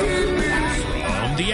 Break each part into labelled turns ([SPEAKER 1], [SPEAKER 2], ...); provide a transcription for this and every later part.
[SPEAKER 1] From the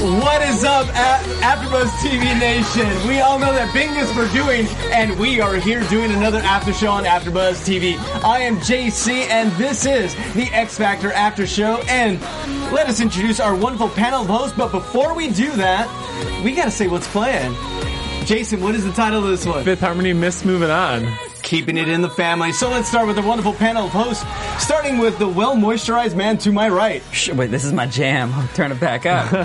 [SPEAKER 2] What is up, A- AfterBuzz TV Nation? We all know that Bing is for doing, and we are here doing another after show on AfterBuzz TV. I am JC, and this is the X Factor After Show. And let us introduce our wonderful panel of hosts. But before we do that, we gotta say what's playing. Jason, what is the title of this one?
[SPEAKER 3] Fifth Harmony Miss moving on.
[SPEAKER 2] Keeping it in the family. So let's start with the wonderful panel of hosts, starting with the well moisturized man to my right.
[SPEAKER 4] Sh- Wait, this is my jam. I'll turn it back up. Oh,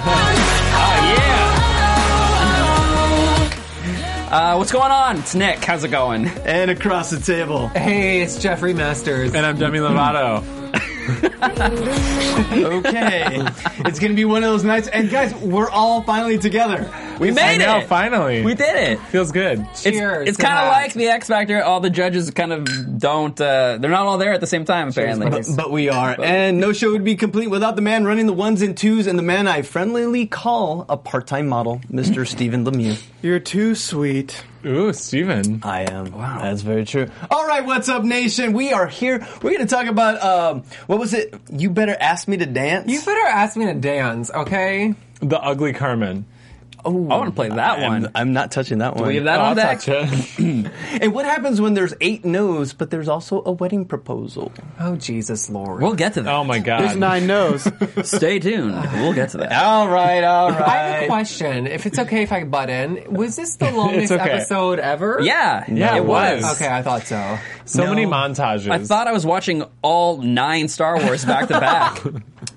[SPEAKER 4] Uh, what's going on? It's Nick. How's it going?
[SPEAKER 2] And across the table.
[SPEAKER 5] Hey, it's Jeffrey Masters.
[SPEAKER 3] And I'm Demi Lovato.
[SPEAKER 2] Okay. it's going to be one of those nights. And guys, we're all finally together.
[SPEAKER 4] We
[SPEAKER 3] I
[SPEAKER 4] made
[SPEAKER 3] know,
[SPEAKER 4] it.
[SPEAKER 3] finally.
[SPEAKER 4] We did it.
[SPEAKER 3] Feels good.
[SPEAKER 5] Cheers
[SPEAKER 4] it's
[SPEAKER 5] to
[SPEAKER 4] kind of
[SPEAKER 5] that.
[SPEAKER 4] like the X Factor. All the judges kind of don't. Uh, they're not all there at the same time. Apparently,
[SPEAKER 2] But, but we are. And no show would be complete without the man running the ones and twos and the man I friendlily call a part time model, Mr. Stephen Lemieux.
[SPEAKER 6] You're too sweet.
[SPEAKER 3] Ooh, Steven.
[SPEAKER 2] I am. Wow. That's very true. All right, what's up, nation? We are here. We're going to talk about, um, what was it? You Better Ask Me to Dance?
[SPEAKER 5] You better ask me to dance, okay?
[SPEAKER 3] The ugly Carmen.
[SPEAKER 4] I want to play that
[SPEAKER 2] I'm,
[SPEAKER 4] one.
[SPEAKER 2] I'm not touching that one.
[SPEAKER 4] We have that
[SPEAKER 3] Oh,
[SPEAKER 4] on
[SPEAKER 3] I'll
[SPEAKER 4] deck.
[SPEAKER 3] touch it.
[SPEAKER 2] And what happens when there's eight no's, but there's also a wedding proposal?
[SPEAKER 5] Oh, Jesus Lord.
[SPEAKER 4] We'll get to that.
[SPEAKER 3] Oh my god.
[SPEAKER 6] There's nine no's.
[SPEAKER 3] Oh.
[SPEAKER 4] Stay tuned. We'll get to that.
[SPEAKER 2] All right, all right.
[SPEAKER 5] I have a question. If it's okay if I butt in, was this the longest
[SPEAKER 3] okay.
[SPEAKER 5] episode ever?
[SPEAKER 4] Yeah,
[SPEAKER 3] Yeah, it was.
[SPEAKER 5] Okay, I thought so.
[SPEAKER 3] so many
[SPEAKER 2] No.
[SPEAKER 3] montages.
[SPEAKER 4] I thought I was watching all nine Star Wars back to back.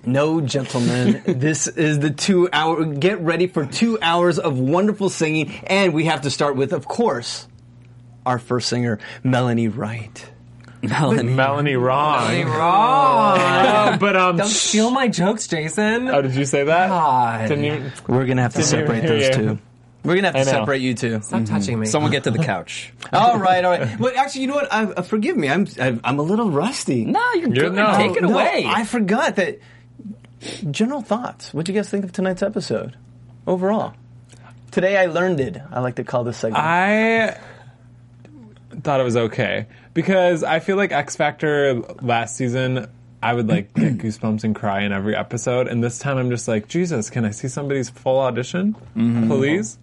[SPEAKER 2] No, gentlemen, this is the two hour. Get ready for two hours of wonderful singing, and we have to start with, of course, our first singer, Melanie Wright.
[SPEAKER 4] Melanie.
[SPEAKER 3] Melanie wrong.
[SPEAKER 5] You're wrong.
[SPEAKER 3] Oh, but um.
[SPEAKER 5] Don't Ah. steal my jokes, Jason.
[SPEAKER 3] Oh, did you say that?
[SPEAKER 5] God.
[SPEAKER 3] Didn't you?
[SPEAKER 2] We're gonna have to
[SPEAKER 3] Didn't even
[SPEAKER 2] separate
[SPEAKER 3] hear
[SPEAKER 2] those
[SPEAKER 3] you.
[SPEAKER 2] two. We're gonna have to
[SPEAKER 3] I know.
[SPEAKER 2] separate you two.
[SPEAKER 5] Stop touching me.
[SPEAKER 4] Someone get to the couch.
[SPEAKER 2] All right, all right. But actually, you know what? I, uh, forgive me. I'm I'm I'm a little rusty.
[SPEAKER 4] No, you're, good.
[SPEAKER 3] no.
[SPEAKER 4] Take it
[SPEAKER 2] No,
[SPEAKER 4] away.
[SPEAKER 2] I forgot that. General thoughts. What do you guys think of tonight's episode overall? Today I learned it. I like to call this segment.
[SPEAKER 3] I thought it was okay because I feel like X Factor last season. I would like get goosebumps and cry in every episode, and this time I'm just like, Jesus, can I see somebody's full audition, please?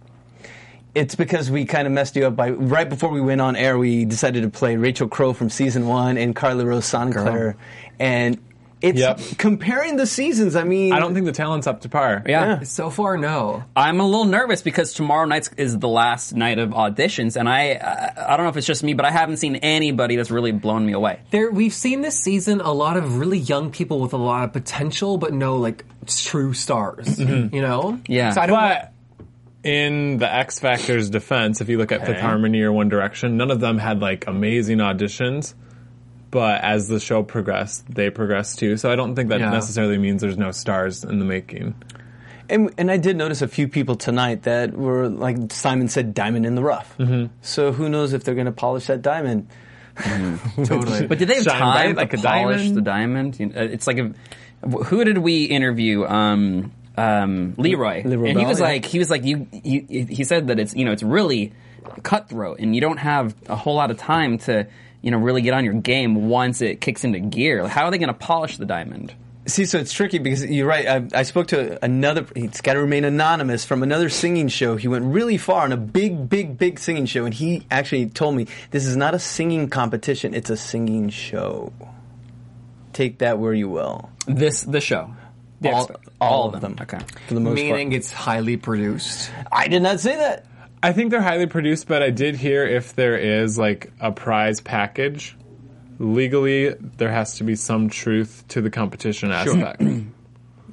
[SPEAKER 2] It's because we kind of messed you up by right before we went on air. We decided to play Rachel Crow from season one and Carly Rose Sinclair, and it's
[SPEAKER 3] Yep.
[SPEAKER 2] comparing the seasons. I mean,
[SPEAKER 3] I don't think the talent's up to par.
[SPEAKER 4] yeah.
[SPEAKER 5] so far, no.
[SPEAKER 4] I'm a little nervous because tomorrow night is the last night of auditions, and I I I don't know if it's just me, but I haven't seen anybody that's really blown me away.
[SPEAKER 5] There, we've seen this season a lot of really young people with a lot of potential, but no like true stars. You know?
[SPEAKER 4] Yeah.
[SPEAKER 5] So I don't.
[SPEAKER 3] But in the X Factor's defense, if you look at Fifth Harmony or One Direction, none of them had like amazing auditions. But as the show progressed, they progressed too. So I don't think that
[SPEAKER 5] Yeah.
[SPEAKER 3] necessarily means there's no stars in the making.
[SPEAKER 2] and, and I did notice a few people tonight that were like Simon said, diamond in the rough. Mm-hmm. So who knows if they're going to polish that diamond?
[SPEAKER 3] Mm-hmm.
[SPEAKER 5] totally.
[SPEAKER 4] But did they have
[SPEAKER 3] Shine
[SPEAKER 4] time
[SPEAKER 3] bright like
[SPEAKER 4] to
[SPEAKER 3] a
[SPEAKER 4] polish
[SPEAKER 3] diamond?
[SPEAKER 4] the diamond? You know, it's like a, who did we interview? Um, um, Leroy,
[SPEAKER 2] Leroy
[SPEAKER 4] and he
[SPEAKER 2] Bell,
[SPEAKER 4] was
[SPEAKER 2] yeah.
[SPEAKER 4] like, he was like, you, you, he said that it's you know it's really cutthroat, and you don't have a whole lot of time to you know really get on your game once it kicks into gear. Like, how are they going to polish the diamond?
[SPEAKER 2] See, so it's tricky because you're right. I, I spoke to another. It's got to remain anonymous from another singing show. He went really far on a big, big, big singing show, and he actually told me this is not a singing competition. It's a singing show. Take that where you will.
[SPEAKER 4] This the show. The
[SPEAKER 2] all,
[SPEAKER 4] X Factor.
[SPEAKER 2] all of them.
[SPEAKER 4] Okay.
[SPEAKER 2] for the most
[SPEAKER 5] meaning it's highly produced.
[SPEAKER 2] part. I did not say that.
[SPEAKER 3] I think they're highly produced, but I did hear if there is like a prize package legally there has to be some truth to the competition aspect. but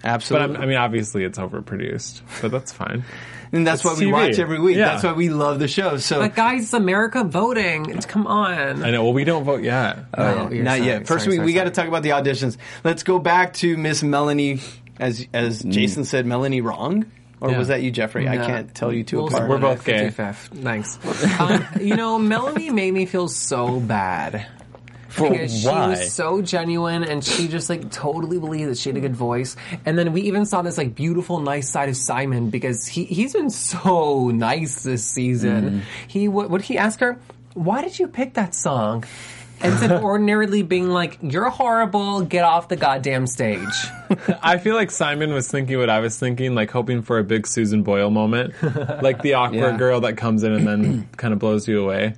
[SPEAKER 2] Absolutely.
[SPEAKER 3] I'm, I mean, obviously it's overproduced, but that's fine.
[SPEAKER 2] and that's
[SPEAKER 3] it's
[SPEAKER 2] what we
[SPEAKER 3] TV.
[SPEAKER 2] watch every week.
[SPEAKER 3] Yeah.
[SPEAKER 2] That's why we love the show. So
[SPEAKER 5] But guys, it's America voting. It's, come on.
[SPEAKER 3] I know. Well, we don't vote yet.
[SPEAKER 5] Oh, you're
[SPEAKER 2] not
[SPEAKER 5] sorry,
[SPEAKER 2] yet. First,
[SPEAKER 5] sorry,
[SPEAKER 2] we,
[SPEAKER 5] sorry,
[SPEAKER 2] we got to
[SPEAKER 5] sorry.
[SPEAKER 2] talk about the auditions. Let's go back to Miss Melanie, as as Jason said, Melanie wrong, or was that you, Jeffrey? I
[SPEAKER 5] No.
[SPEAKER 2] can't tell you two
[SPEAKER 5] We'll
[SPEAKER 2] apart.
[SPEAKER 3] We're both
[SPEAKER 5] split
[SPEAKER 3] gay.
[SPEAKER 5] it 55. Thanks. um, you know, Melanie made me feel so bad.
[SPEAKER 4] For
[SPEAKER 5] Because she
[SPEAKER 4] why?
[SPEAKER 5] was so genuine and she just like totally believed that she had a good voice. And then we even saw this like beautiful, nice side of Simon because he, he's been so nice this
[SPEAKER 2] Mm.
[SPEAKER 5] season. He, what, what he asked her? Why did you pick that song? Instead of ordinarily being like, you're horrible, get off the goddamn stage.
[SPEAKER 3] I feel like Simon was thinking what I was thinking, like hoping for a big Susan Boyle moment, like the awkward
[SPEAKER 4] Yeah.
[SPEAKER 3] girl that comes in and then kind of blows you away.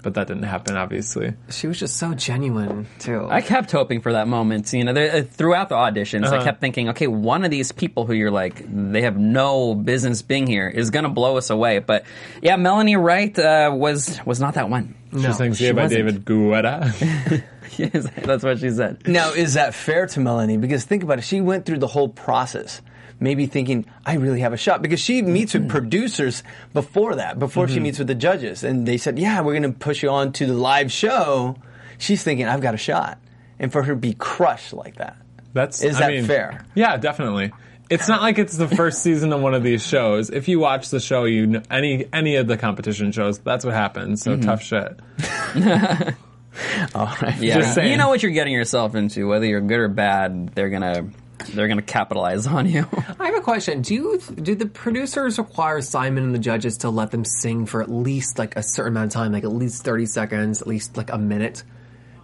[SPEAKER 3] But that didn't happen, obviously.
[SPEAKER 5] She was just so genuine too.
[SPEAKER 4] I kept hoping for that moment. You know, there, uh, throughout the auditions,
[SPEAKER 3] Uh-huh.
[SPEAKER 4] I kept thinking, okay, one of these people who you're like, they have no business being here, is going to blow us away. But yeah, Melanie Wright uh, was was not that one.
[SPEAKER 3] She sings "Yeah" by
[SPEAKER 4] wasn't.
[SPEAKER 3] David Guetta.
[SPEAKER 4] Yes, that's what she said.
[SPEAKER 2] Now, is that fair to Melanie? Because think about it, she went through the whole process, maybe thinking, I really have a shot. Because she meets with producers before that, before she meets with the judges. And they said, Yeah, we're going to push you on to the live show. She's thinking, I've got a shot. And for her to be crushed like that.
[SPEAKER 3] That's
[SPEAKER 2] Is
[SPEAKER 3] I
[SPEAKER 2] that
[SPEAKER 3] mean,
[SPEAKER 2] fair?
[SPEAKER 3] Yeah, definitely. It's not like it's the first season of one of these shows. If you watch the show, you know, any any of the competition shows, that's what happens. So tough shit.
[SPEAKER 4] Yeah,
[SPEAKER 3] Just saying.
[SPEAKER 4] you know what you're getting yourself into. Whether you're good or bad, they're gonna they're gonna capitalize on you.
[SPEAKER 5] I have a question. Do you, do the producers require Simon and the judges to let them sing for at least like a certain amount of time, like at least thirty seconds, at least like a minute?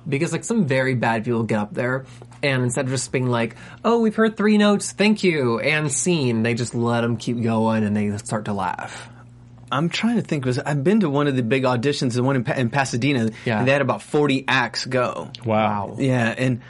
[SPEAKER 5] Because like some very bad people get up there and instead of just being like, "Oh, we've heard three notes, thank you," and scene, they just let them keep going and they start to laugh.
[SPEAKER 2] I'm trying to think, was I've been to one of the big auditions, the one in, pa- in Pasadena,
[SPEAKER 5] Yeah.
[SPEAKER 2] and they had about 40 acts go.
[SPEAKER 3] Wow.
[SPEAKER 2] Yeah, and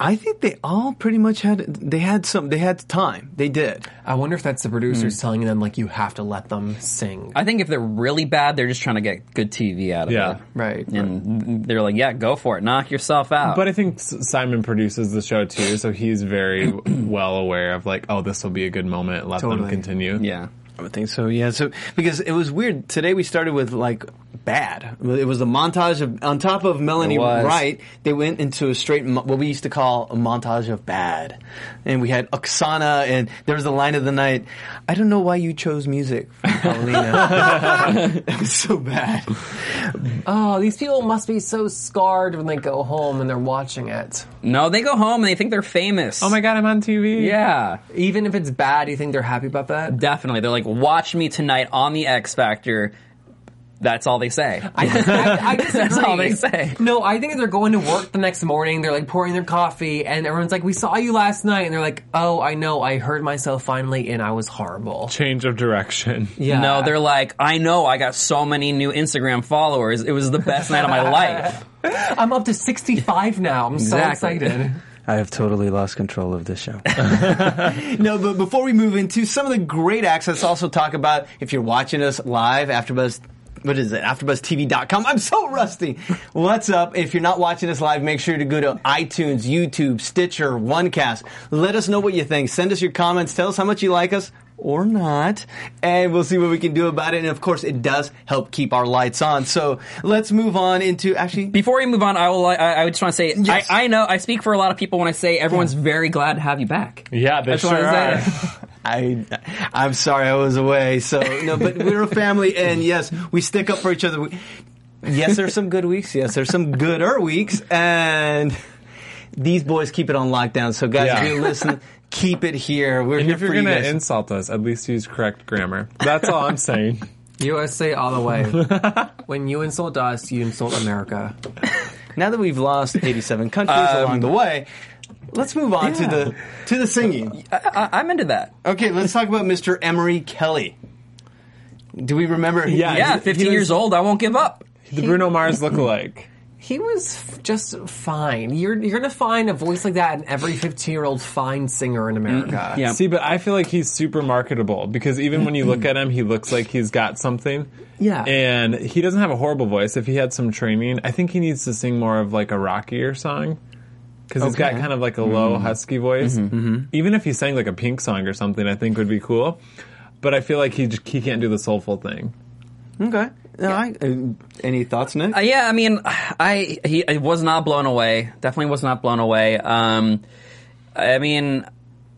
[SPEAKER 2] I think they all pretty much had, they had some, they had time. They did.
[SPEAKER 5] I wonder if that's the producers telling them like you have to let them sing.
[SPEAKER 4] I think if they're really bad, they're just trying to get good TV out of
[SPEAKER 3] Yeah.
[SPEAKER 4] it.
[SPEAKER 5] Right.
[SPEAKER 4] And they're like, yeah, go for it, knock yourself out.
[SPEAKER 3] But I think S- Simon produces the show too, so he's very well aware of like, oh, this will be a good moment. Let them
[SPEAKER 5] Totally.
[SPEAKER 3] continue.
[SPEAKER 4] yeah,
[SPEAKER 2] I would think so. Yeah. So because it was weird today, we started with like bad. It was a montage of on top of Melanie
[SPEAKER 4] It was.
[SPEAKER 2] Wright. They went into a straight mo- what we used to call a montage of bad, and we had Oksana, and there was the line of the night. I don't know why you chose music, from Paulina. it was so bad.
[SPEAKER 5] Oh, these people must be so scarred when they go home and they're watching it.
[SPEAKER 4] no, they go home and they think they're famous.
[SPEAKER 3] Oh my god, I'm on TV.
[SPEAKER 4] Yeah,
[SPEAKER 5] Even if it's bad, you think they're happy about that?
[SPEAKER 4] definitely. They're like, watch me tonight on the X Factor. That's all they say.
[SPEAKER 5] I, I, I disagree.
[SPEAKER 4] That's all they say.
[SPEAKER 5] No, I think they're going to work the next morning. They're like pouring their coffee, and everyone's like, "We saw you last night," and they're like, "Oh, I know. I heard myself finally, and I was horrible."
[SPEAKER 3] Change of direction.
[SPEAKER 5] Yeah.
[SPEAKER 4] No, they're like, I know. I got so many new Instagram followers. It was the best night of my life.
[SPEAKER 5] I'm up to 65 now. I'm
[SPEAKER 4] Exactly.
[SPEAKER 5] so excited.
[SPEAKER 6] I have totally lost control of this show.
[SPEAKER 2] No, but before we move into some of the great acts, let's also talk about if you're watching us live, AfterBuzz. What is it? AfterBuzzTV.com. I'm so rusty. What's up? If you're not watching us live, make sure to go to iTunes, YouTube, Stitcher, OneCast. Let us know what you think. Send us your comments. Tell us how much you like us or not, and we'll see what we can do about it. And of course, it does help keep our lights on. So let's move on into actually.
[SPEAKER 4] Before we move on, I will. I, I just want to say,
[SPEAKER 2] Yes.
[SPEAKER 4] I, I know I speak for a lot of people when I say everyone's very glad to have you back.
[SPEAKER 3] Yeah, they
[SPEAKER 4] I just wanna
[SPEAKER 3] sure are.
[SPEAKER 4] say that.
[SPEAKER 2] I, I'm sorry I was away. So no, but we're a family, and yes, we stick up for each other. We, yes, there's some good weeks. Yes, there's some gooder weeks, and these boys keep it on lockdown. So guys,
[SPEAKER 3] Yeah.
[SPEAKER 2] if you're listening, keep it here. We're
[SPEAKER 3] And
[SPEAKER 2] here
[SPEAKER 3] if you're
[SPEAKER 2] for you
[SPEAKER 3] gonna
[SPEAKER 2] guys.
[SPEAKER 3] insult us, at least use correct grammar. That's all I'm saying.
[SPEAKER 5] USA all the way. when you insult us, you insult America.
[SPEAKER 2] now that we've lost 87 countries along the way, let's move on to the to the singing.
[SPEAKER 4] I, I'm into that.
[SPEAKER 2] Okay, let's talk about Mr. Emery Kelly. Do we remember?
[SPEAKER 3] Yeah.
[SPEAKER 4] Yeah,
[SPEAKER 3] he-
[SPEAKER 4] 15
[SPEAKER 3] he was-
[SPEAKER 4] years old. I won't give up.
[SPEAKER 3] The Bruno Mars lookalike.
[SPEAKER 5] He was f- just fine. You're you're gonna find a voice like that in every 15 year old fine singer in America.
[SPEAKER 4] Yeah.
[SPEAKER 3] See, but I feel like he's super marketable because even when you look at him, he looks like he's got something.
[SPEAKER 5] Yeah.
[SPEAKER 3] And he doesn't have a horrible voice. If he had some training, I think he needs to sing more of like a rockier song because he's got
[SPEAKER 5] Okay.
[SPEAKER 3] kind of like a low husky voice. Even if he sang like a pink song or something, I think would be cool. But I feel like he j- he can't do the soulful thing.
[SPEAKER 6] Okay. No, I, uh, any thoughts, Nick?
[SPEAKER 4] Uh, yeah, I mean, I he I was not blown away. Definitely was not blown away. Um, I mean,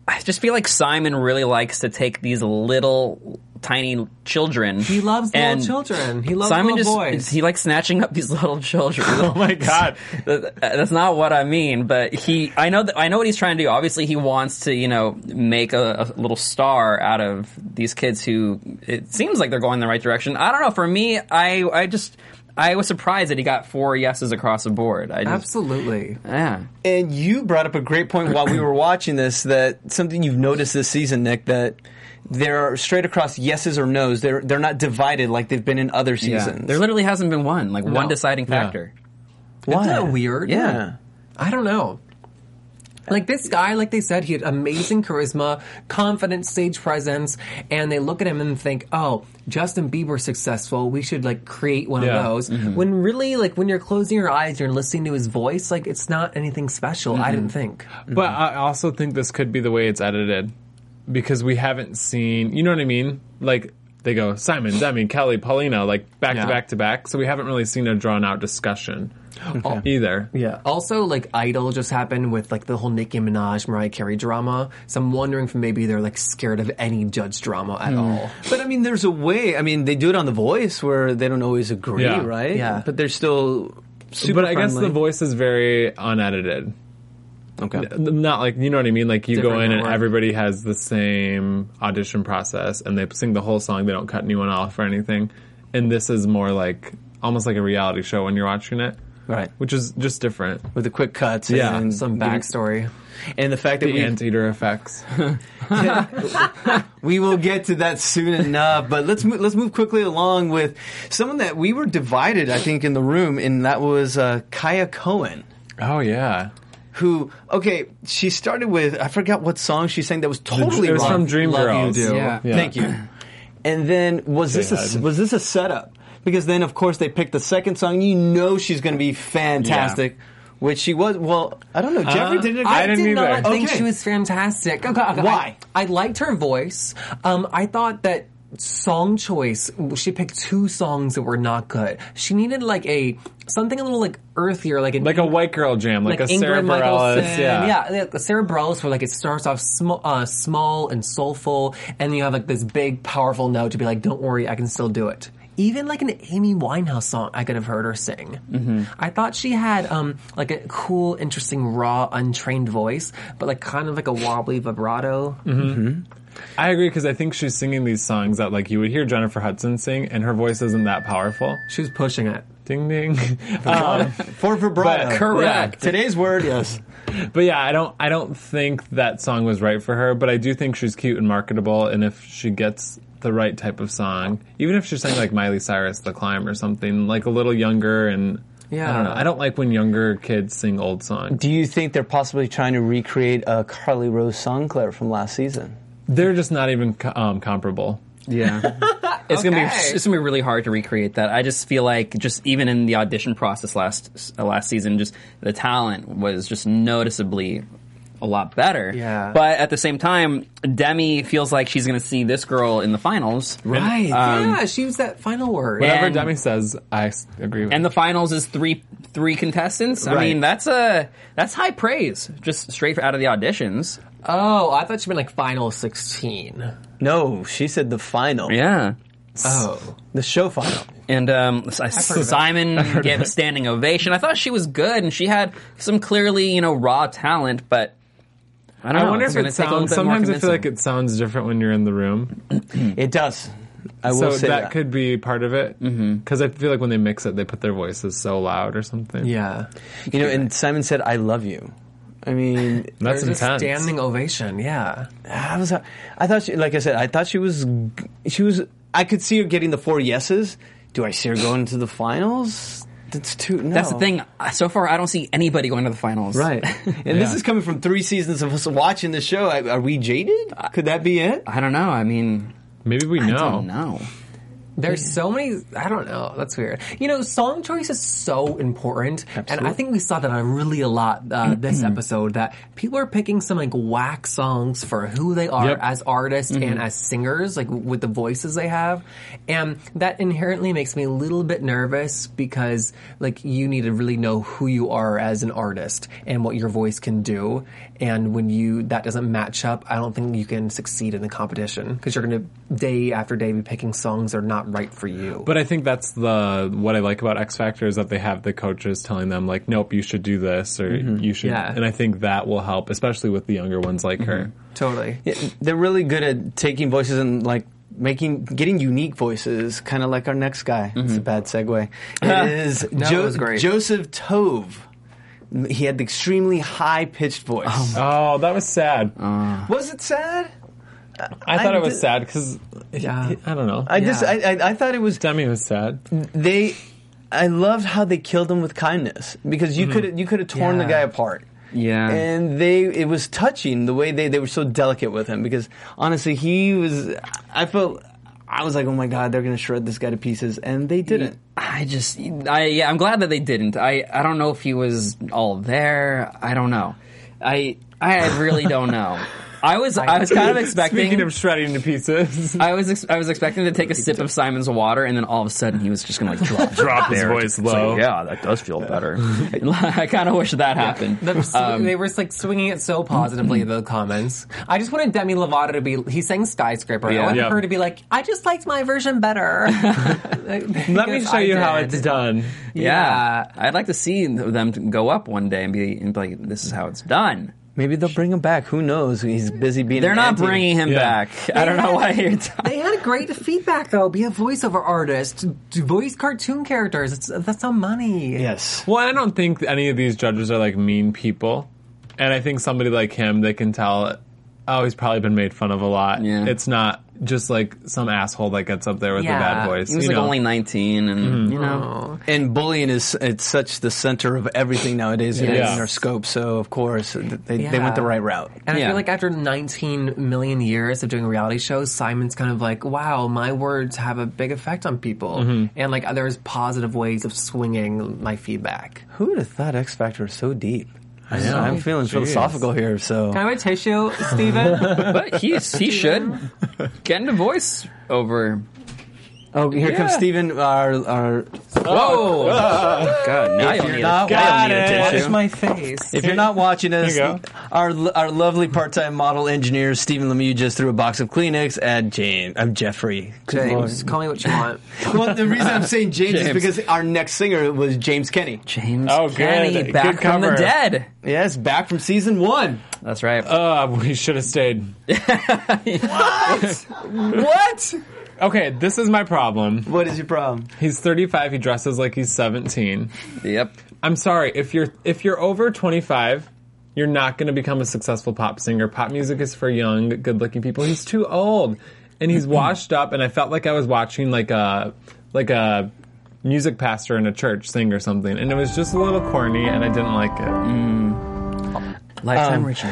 [SPEAKER 4] I just feel like Simon really likes to take these little tiny children.
[SPEAKER 5] He loves little
[SPEAKER 4] and
[SPEAKER 5] children. He loves
[SPEAKER 4] Simon
[SPEAKER 5] little
[SPEAKER 4] just
[SPEAKER 5] boys.
[SPEAKER 4] he likes snatching up these little children.
[SPEAKER 3] Oh my god!
[SPEAKER 4] That- uh, That's not what I mean, but he. I know. That, I know what he's trying to do. Obviously, he wants to, you know, make a, a little star out of these kids who. It seems like they're going in the right direction. I don't know. For me, I, I just, I was surprised that he got four yeses across the board. I just,
[SPEAKER 5] Absolutely.
[SPEAKER 4] yeah.
[SPEAKER 6] And you brought up a great point while we were watching this that something you've noticed this season, Nick, that there are straight across yeses or nos. They're they're not divided like they've been in other seasons.
[SPEAKER 4] There literally hasn't been one, like one deciding factor.
[SPEAKER 6] Why?
[SPEAKER 5] Isn't that weird?
[SPEAKER 6] Yeah.
[SPEAKER 5] I don't know. Like this guy, like they said, he had amazing charisma, confident stage presence, and they look at him and think, "Oh, Justin Bieber's successful. We should like create one
[SPEAKER 3] Yeah.
[SPEAKER 5] of those." When really, like when you're closing your eyes, you're listening to his voice. Like it's not anything special. I didn't think.
[SPEAKER 3] But I also think this could be the way it's edited because we haven't seen, you know what I mean? Like they go Simon, Demi, Kelly, Paulina, like back
[SPEAKER 5] Yeah.
[SPEAKER 3] to back to back. So we haven't really seen a drawn out discussion either.
[SPEAKER 5] Yeah. Also, like Idol just happened with like the whole Nicki Minaj, Mariah Carey drama. So I'm wondering if maybe they're like scared of any judge drama at all.
[SPEAKER 6] But I mean, there's a way. I mean, they do it on The Voice where they don't always agree,
[SPEAKER 3] Yeah.
[SPEAKER 6] right?
[SPEAKER 5] Yeah.
[SPEAKER 6] But they're still super.
[SPEAKER 3] but I guess
[SPEAKER 6] friendly.
[SPEAKER 3] the voice is very unedited.
[SPEAKER 6] Okay.
[SPEAKER 3] Not like you know what I mean. Like you go
[SPEAKER 5] Different
[SPEAKER 3] in and
[SPEAKER 5] network.
[SPEAKER 3] everybody has the same audition process, and they sing the whole song. They don't cut anyone off or anything. And this is more like almost like a reality show when you're watching it,
[SPEAKER 6] Right.
[SPEAKER 3] which is just different.
[SPEAKER 6] With the quick cuts.
[SPEAKER 3] Yeah.
[SPEAKER 6] And
[SPEAKER 5] Some backstory.
[SPEAKER 6] And the fact that
[SPEAKER 3] The
[SPEAKER 6] we
[SPEAKER 3] anteater effects.
[SPEAKER 6] we will get to that soon enough. But let's move, let's move quickly along with someone that we were divided, I think, in the room, and that was uh, Kaya Cohen.
[SPEAKER 3] Oh yeah.
[SPEAKER 6] Who? Okay, she started with I forgot what song she sang that was totally
[SPEAKER 3] It was
[SPEAKER 6] wrong.
[SPEAKER 3] from Dreamgirls.
[SPEAKER 5] do.
[SPEAKER 6] Yeah.
[SPEAKER 3] Yeah.
[SPEAKER 6] Thank you. And then was this a,
[SPEAKER 3] had-
[SPEAKER 6] was this a setup? Because then of course they picked the second song. You know she's going to be fantastic, which she was. Well, I don't know. Jeffrey
[SPEAKER 3] Uh,
[SPEAKER 6] did it.
[SPEAKER 3] I didn't
[SPEAKER 5] did
[SPEAKER 3] either.
[SPEAKER 5] not think
[SPEAKER 6] Okay.
[SPEAKER 5] she was fantastic. Okay, okay,
[SPEAKER 6] Why?
[SPEAKER 5] I, I liked her voice. Um, I thought that song choice. She picked two songs that were not good. She needed like a something a little like earthier, like an
[SPEAKER 3] Like a white girl jam, like,
[SPEAKER 5] like
[SPEAKER 3] a Sarah
[SPEAKER 5] Ingrid
[SPEAKER 3] Bareilles.
[SPEAKER 5] Michaelson.
[SPEAKER 3] Yeah.
[SPEAKER 5] yeah, like Sarah Bareilles, where like it starts off sm- uh, small and soulful, and you have like this big, powerful note to be like, "Don't worry, I can still do it." Even like an Amy Winehouse song, I could have heard her sing.
[SPEAKER 3] Mm-hmm.
[SPEAKER 5] I thought she had um like a cool, interesting, raw, untrained voice, but like kind of like a wobbly vibrato.
[SPEAKER 3] Mm-hmm. I agree because I think she's singing these songs that like you would hear Jennifer Hudson sing, and her voice isn't that powerful.
[SPEAKER 5] She was pushing it.
[SPEAKER 3] Ding ding. um,
[SPEAKER 6] for vibrato.
[SPEAKER 3] But-
[SPEAKER 4] Correct.
[SPEAKER 6] Today's word. Yes.
[SPEAKER 3] but yeah, I don't. I don't think that song was right for her. But I do think she's cute and marketable, and if she gets the right type of song, even if she sang like Miley Cyrus, "The Climb" or something, like a little younger and. Yeah. I don't know. I don't like when younger kids sing old songs.
[SPEAKER 6] Do you think they're possibly trying to recreate a Carly Rose song, Claire, from last season?
[SPEAKER 3] They're just not even co- um, comparable.
[SPEAKER 4] Yeah, it's gonna be
[SPEAKER 5] Okay.
[SPEAKER 4] it's gonna be really hard to recreate that. I just feel like just even in the audition process last uh, last season, just the talent was just noticeably a lot better.
[SPEAKER 5] Yeah.
[SPEAKER 4] But at the same time, Demi feels like she's gonna see this girl in the finals.
[SPEAKER 5] Right?
[SPEAKER 3] um,
[SPEAKER 5] yeah, she was that final word.
[SPEAKER 3] Whatever
[SPEAKER 4] And-
[SPEAKER 3] Demi says, I s- agree with.
[SPEAKER 4] And the finals is three three contestants. I
[SPEAKER 3] Right.
[SPEAKER 4] mean, that's a that's high praise just straight out of the auditions.
[SPEAKER 5] Oh, I thought she meant like final sixteen.
[SPEAKER 6] No, she said the final,
[SPEAKER 4] Yeah.
[SPEAKER 5] Oh,
[SPEAKER 6] the show final.
[SPEAKER 4] And um, S- Simon gave a standing ovation. I thought she was good, and she had some clearly, you know, raw talent. But I don't
[SPEAKER 3] I
[SPEAKER 4] know.
[SPEAKER 3] wonder
[SPEAKER 4] it's
[SPEAKER 3] if
[SPEAKER 4] gonna
[SPEAKER 3] it
[SPEAKER 4] take a little
[SPEAKER 3] sounds.
[SPEAKER 4] bit more
[SPEAKER 3] Sometimes I feel like
[SPEAKER 4] convincing.
[SPEAKER 3] it sounds different when you're in the room.
[SPEAKER 6] It does. I
[SPEAKER 3] So
[SPEAKER 6] will
[SPEAKER 3] that,
[SPEAKER 6] say that.
[SPEAKER 3] could be part of it. Because
[SPEAKER 4] Mm-hmm.
[SPEAKER 3] I feel like when they mix it, they put their voices so loud or something.
[SPEAKER 5] yeah.
[SPEAKER 6] you know, and Simon said, "I love you." I mean,
[SPEAKER 3] that's
[SPEAKER 5] There's a
[SPEAKER 3] intense.
[SPEAKER 5] standing ovation. Yeah.
[SPEAKER 6] I was, I thought she, like I said, I thought she was, she was. I could see her getting the four yeses. Do I see her going to the finals? That's too. No.
[SPEAKER 4] That's the thing. Uh, So far, I don't see anybody going to the finals.
[SPEAKER 6] Right. And this
[SPEAKER 3] Yeah.
[SPEAKER 6] is coming from three seasons of us watching the show. I- Are we jaded? Could that be it?
[SPEAKER 4] I don't know. I mean,
[SPEAKER 3] Maybe we know.
[SPEAKER 4] I don't know.
[SPEAKER 5] There's so many. I don't know. That's weird. You know, song choice is so important, and I think we saw that on really a lot uh, this episode. That people are picking some like whack songs for who they are
[SPEAKER 3] Yep.
[SPEAKER 5] as artists and as singers, like with the voices they have, and that inherently makes me a little bit nervous because like you need to really know who you are as an artist and what your voice can do, and when you that doesn't match up, I don't think you can succeed in the competition because you're going to day after day be picking songs that are not right for you.
[SPEAKER 3] But I think that's the what I like about X Factor is that they have the coaches telling them like, nope, you should do this or
[SPEAKER 4] Mm-hmm.
[SPEAKER 3] you should,
[SPEAKER 5] Yeah.
[SPEAKER 3] and I think that will help, especially with the younger ones like
[SPEAKER 4] Mm-hmm.
[SPEAKER 3] her.
[SPEAKER 5] Totally.
[SPEAKER 6] They're really good at taking voices and like making getting unique voices, kind of like our next guy. It's a bad segue. It is
[SPEAKER 5] No,
[SPEAKER 6] Jo-
[SPEAKER 5] it Mm-hmm. was great.
[SPEAKER 6] Joseph Tove. He had the extremely high pitched voice.
[SPEAKER 3] Oh, that was sad.
[SPEAKER 4] Uh,
[SPEAKER 6] was it sad?
[SPEAKER 3] I thought
[SPEAKER 6] I
[SPEAKER 3] it was
[SPEAKER 6] did-
[SPEAKER 3] sad because
[SPEAKER 5] Yeah.
[SPEAKER 3] I don't know.
[SPEAKER 6] I just
[SPEAKER 5] Yeah.
[SPEAKER 6] I, I, I thought it was
[SPEAKER 3] Demi was sad.
[SPEAKER 6] they. I loved how they killed him with kindness because you could you could have torn the
[SPEAKER 5] Mm-hmm. Yeah.
[SPEAKER 6] guy apart.
[SPEAKER 4] Yeah.
[SPEAKER 6] and they it was touching the way they, they were so delicate with him because honestly he was I felt I was like oh my god they're gonna shred this guy to pieces and they didn't
[SPEAKER 4] I just, I yeah, I'm glad that they didn't. I I don't know if he was all there. I don't know. I I really don't know. I was I was kind of expecting.
[SPEAKER 3] Speaking of shredding to pieces,
[SPEAKER 4] I was ex- I was expecting to take a sip of Simon's water, and then all of a sudden he was just gonna like drop
[SPEAKER 3] drop his
[SPEAKER 4] there.
[SPEAKER 3] voice
[SPEAKER 4] It's like,
[SPEAKER 3] low.
[SPEAKER 4] yeah, that does feel better. I kind of wish that happened.
[SPEAKER 5] They were, sw- they were like swinging it so positively in the comments. I just wanted Demi Lovato to be. He sang "Skyscraper." I
[SPEAKER 4] Yeah.
[SPEAKER 5] want
[SPEAKER 3] Yeah.
[SPEAKER 5] her to be like, "I just liked my version better."
[SPEAKER 3] Let me show you how it's done.
[SPEAKER 4] Yeah. I'd like to see them go up one day and be, and be like, this is how it's done.
[SPEAKER 6] maybe they'll bring him back who knows he's busy being
[SPEAKER 4] They're
[SPEAKER 6] an
[SPEAKER 4] not
[SPEAKER 6] anti-
[SPEAKER 4] bringing him
[SPEAKER 3] Yeah.
[SPEAKER 4] back. I don't know why you're talking.
[SPEAKER 5] They had great feedback though. Be a voiceover artist. Do voice cartoon characters. It's, that's not money.
[SPEAKER 6] yes
[SPEAKER 3] Well, I don't think any of these judges are like mean people, and I think somebody like him, they can tell. Oh, he's probably been made fun of a lot.
[SPEAKER 4] Yeah.
[SPEAKER 3] It's not just like some asshole that gets up there with
[SPEAKER 5] Yeah.
[SPEAKER 3] a bad voice.
[SPEAKER 4] He was
[SPEAKER 3] you
[SPEAKER 4] like
[SPEAKER 3] know?
[SPEAKER 4] only 19 and, you
[SPEAKER 5] Oh.
[SPEAKER 4] know.
[SPEAKER 6] and bullying is it's such the center of everything nowadays it is
[SPEAKER 3] Yes.
[SPEAKER 6] in our scope so of course th- they, they
[SPEAKER 5] Yeah.
[SPEAKER 6] went the right route
[SPEAKER 5] And I
[SPEAKER 4] Yeah.
[SPEAKER 5] feel like after 19 million years of doing reality shows, Simon's kind of like, wow, my words have a big effect on people. And like, there's positive ways of swinging my feedback.
[SPEAKER 6] who would have thought X Factor is so deep I
[SPEAKER 3] know.
[SPEAKER 6] am feeling philosophical here so
[SPEAKER 5] Can I have a tissue, Steven?
[SPEAKER 4] But he, he should. Get into voice over.
[SPEAKER 6] oh here comes
[SPEAKER 4] Yeah.
[SPEAKER 6] Steven our our
[SPEAKER 4] Whoa! God, now you'll need, a, now
[SPEAKER 6] Got
[SPEAKER 4] you'll need a
[SPEAKER 6] it.
[SPEAKER 4] tissue.
[SPEAKER 5] my face.
[SPEAKER 6] If you're not watching us,
[SPEAKER 3] There you
[SPEAKER 6] our our lovely part-time model engineer Stephen Lemieux just threw a box of Kleenex at James. I'm Jeffrey. Good
[SPEAKER 5] James, call me what you want.
[SPEAKER 6] Lord. Well, the reason I'm saying James, is
[SPEAKER 4] James.
[SPEAKER 6] because our next singer was James Kenny.
[SPEAKER 4] James
[SPEAKER 3] Oh, good.
[SPEAKER 4] Kenny
[SPEAKER 3] Good
[SPEAKER 4] back from the
[SPEAKER 3] cover.
[SPEAKER 4] dead.
[SPEAKER 6] Yes, back from season one.
[SPEAKER 4] That's right.
[SPEAKER 3] Uh, we should have stayed.
[SPEAKER 6] What?
[SPEAKER 3] Okay, this is my problem.
[SPEAKER 6] What is your problem?
[SPEAKER 3] He's 35. He dresses like he's 17.
[SPEAKER 4] yep.
[SPEAKER 3] I'm sorry if you're if you're over 25, you're not going to become a successful pop singer. Pop music is for young, good-looking people. He's too old, and he's washed up. And I felt like I was watching like a like a music pastor in a church sing or something, and it was just a little corny, and I didn't like
[SPEAKER 4] Mm-hmm.
[SPEAKER 3] it.
[SPEAKER 4] Lifetime
[SPEAKER 5] Um,
[SPEAKER 4] ritual.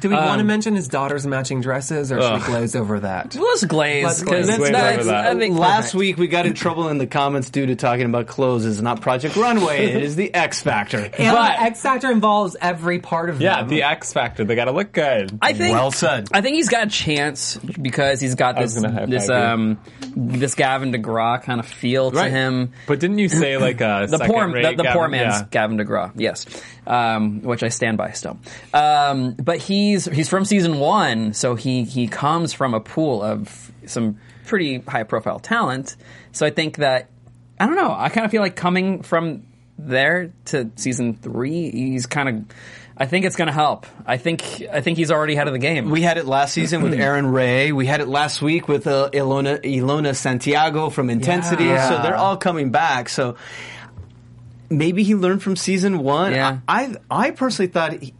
[SPEAKER 5] Do we want to
[SPEAKER 3] Um,
[SPEAKER 5] mention his daughter's matching dresses, or should we glaze over that?
[SPEAKER 4] Let's glaze
[SPEAKER 5] Let's
[SPEAKER 4] because that's
[SPEAKER 5] glaze.
[SPEAKER 3] Glaze
[SPEAKER 4] not.
[SPEAKER 3] over that.
[SPEAKER 4] I think
[SPEAKER 6] Last week we got in trouble in the comments due to talking about clothes. It's not Project Runway. it is the X Factor.
[SPEAKER 5] And
[SPEAKER 3] But-
[SPEAKER 5] the X Factor involves every part of
[SPEAKER 3] Yeah,
[SPEAKER 5] them.
[SPEAKER 3] the X Factor. They got to look good.
[SPEAKER 4] I think
[SPEAKER 6] Well said.
[SPEAKER 4] I think he's got a chance because he's got
[SPEAKER 3] was
[SPEAKER 4] this
[SPEAKER 3] gonna high-five
[SPEAKER 4] this
[SPEAKER 3] you.
[SPEAKER 4] um this Gavin DeGraw kind of feel to
[SPEAKER 3] Right.
[SPEAKER 4] him.
[SPEAKER 3] But didn't you say like a
[SPEAKER 4] The poor the,
[SPEAKER 3] second-rate
[SPEAKER 4] the poor
[SPEAKER 3] Gavin-
[SPEAKER 4] man's
[SPEAKER 3] yeah.
[SPEAKER 4] Gavin DeGraw, yes, um, which I stand by still. Um, but he's he's from season one, so he he comes from a pool of some pretty high profile talent. So I think that I don't know. I kind of feel like coming from there to season three, he's kind of. I think it's going to help. I think I think he's already ahead of the game.
[SPEAKER 6] We had it last season with Aaron Ray. We had it last week with uh, Ilona, Ilona Santiago from Intensity.
[SPEAKER 4] Yeah.
[SPEAKER 6] So they're all coming back. So maybe he learned from season one.
[SPEAKER 4] Yeah.
[SPEAKER 6] I, I I personally thought he,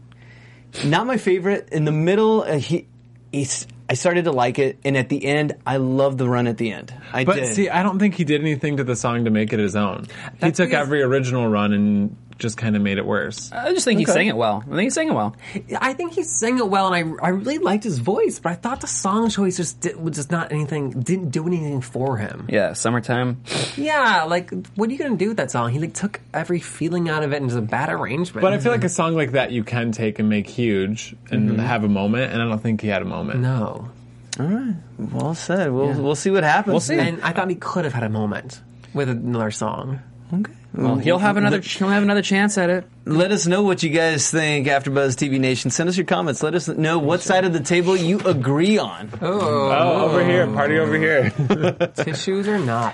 [SPEAKER 6] not my favorite in the middle. Uh, he it's, I started to like it, and at the end, I love the run at the end. I
[SPEAKER 3] But
[SPEAKER 6] did.
[SPEAKER 3] see, I don't think he did anything to the song to make it his own. He took
[SPEAKER 5] because-
[SPEAKER 3] every original run and just kind of made it worse.
[SPEAKER 6] Uh,
[SPEAKER 4] I just think he sang it well. I think he sang it well.
[SPEAKER 5] I think he sang it well, and I, I really liked his voice, but I thought the song choice just did, was just not anything, didn't do anything for him.
[SPEAKER 4] Yeah, summertime.
[SPEAKER 5] Yeah, like, what are you gonna do with that song? He, like, took every feeling out of it and just a bad arrangement.
[SPEAKER 3] But I feel like
[SPEAKER 6] mm-hmm.
[SPEAKER 3] a song like that you can take and make huge and have a moment, and I don't think he had a moment.
[SPEAKER 5] No.
[SPEAKER 6] well said. We'll we'll see what happens. We'll see.
[SPEAKER 5] And I thought he could have had a moment with another song.
[SPEAKER 4] Well, he'll have another. He'll have another chance at it.
[SPEAKER 6] Let us know what you guys think after Buzz TV Nation. Send us your comments. Let us know what side of the table you agree on.
[SPEAKER 3] Oh, over here, party over here.
[SPEAKER 5] Tissues or not.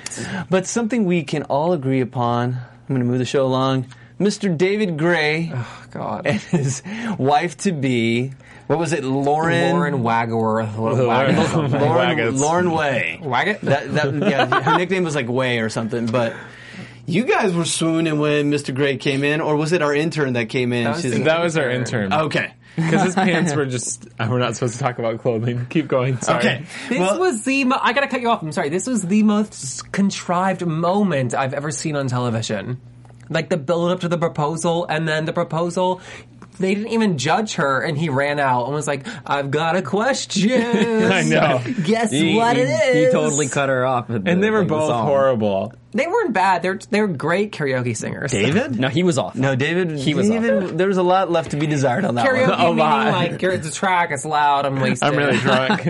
[SPEAKER 6] But something we can all agree upon. I'm going to move the show along. Mr. David Gray
[SPEAKER 5] Oh, God.
[SPEAKER 6] and his wife to be. What was it, Lauren?
[SPEAKER 5] Lauren Wagworth. Wagworth.
[SPEAKER 6] Lauren,
[SPEAKER 3] Waggets.
[SPEAKER 6] Lauren Way.
[SPEAKER 5] Waggot?
[SPEAKER 6] That, that, yeah, her nickname was like Way or something. But you guys were swooning when Mr. Gray came in, or was it our intern that came in?
[SPEAKER 5] That was
[SPEAKER 6] She's
[SPEAKER 5] the-
[SPEAKER 6] like,
[SPEAKER 3] That was our intern.
[SPEAKER 6] okay.
[SPEAKER 3] Because his pants were just. uh, We're not supposed to talk about clothing. Keep going. Sorry.
[SPEAKER 6] Okay.
[SPEAKER 5] This
[SPEAKER 6] Well-
[SPEAKER 5] was the. Mo- I gotta cut you off. I'm sorry. This was the most contrived moment I've ever seen on television. Like the build up to the proposal, and then the proposal. They didn't even judge her, and he ran out and was like, "I've got a question."
[SPEAKER 3] I know.
[SPEAKER 5] Guess what it is?
[SPEAKER 4] He totally cut her off.
[SPEAKER 3] And they were both horrible.
[SPEAKER 5] They weren't bad. They're they're great karaoke singers.
[SPEAKER 6] David?
[SPEAKER 4] No, he was off.
[SPEAKER 6] No, David.
[SPEAKER 4] He was
[SPEAKER 6] David, There was a lot left to be desired on that one.
[SPEAKER 5] Karaoke
[SPEAKER 3] A
[SPEAKER 5] meaning
[SPEAKER 3] lot.
[SPEAKER 5] like you're at the track, it's loud, I'm wasted.
[SPEAKER 3] I'm really drunk.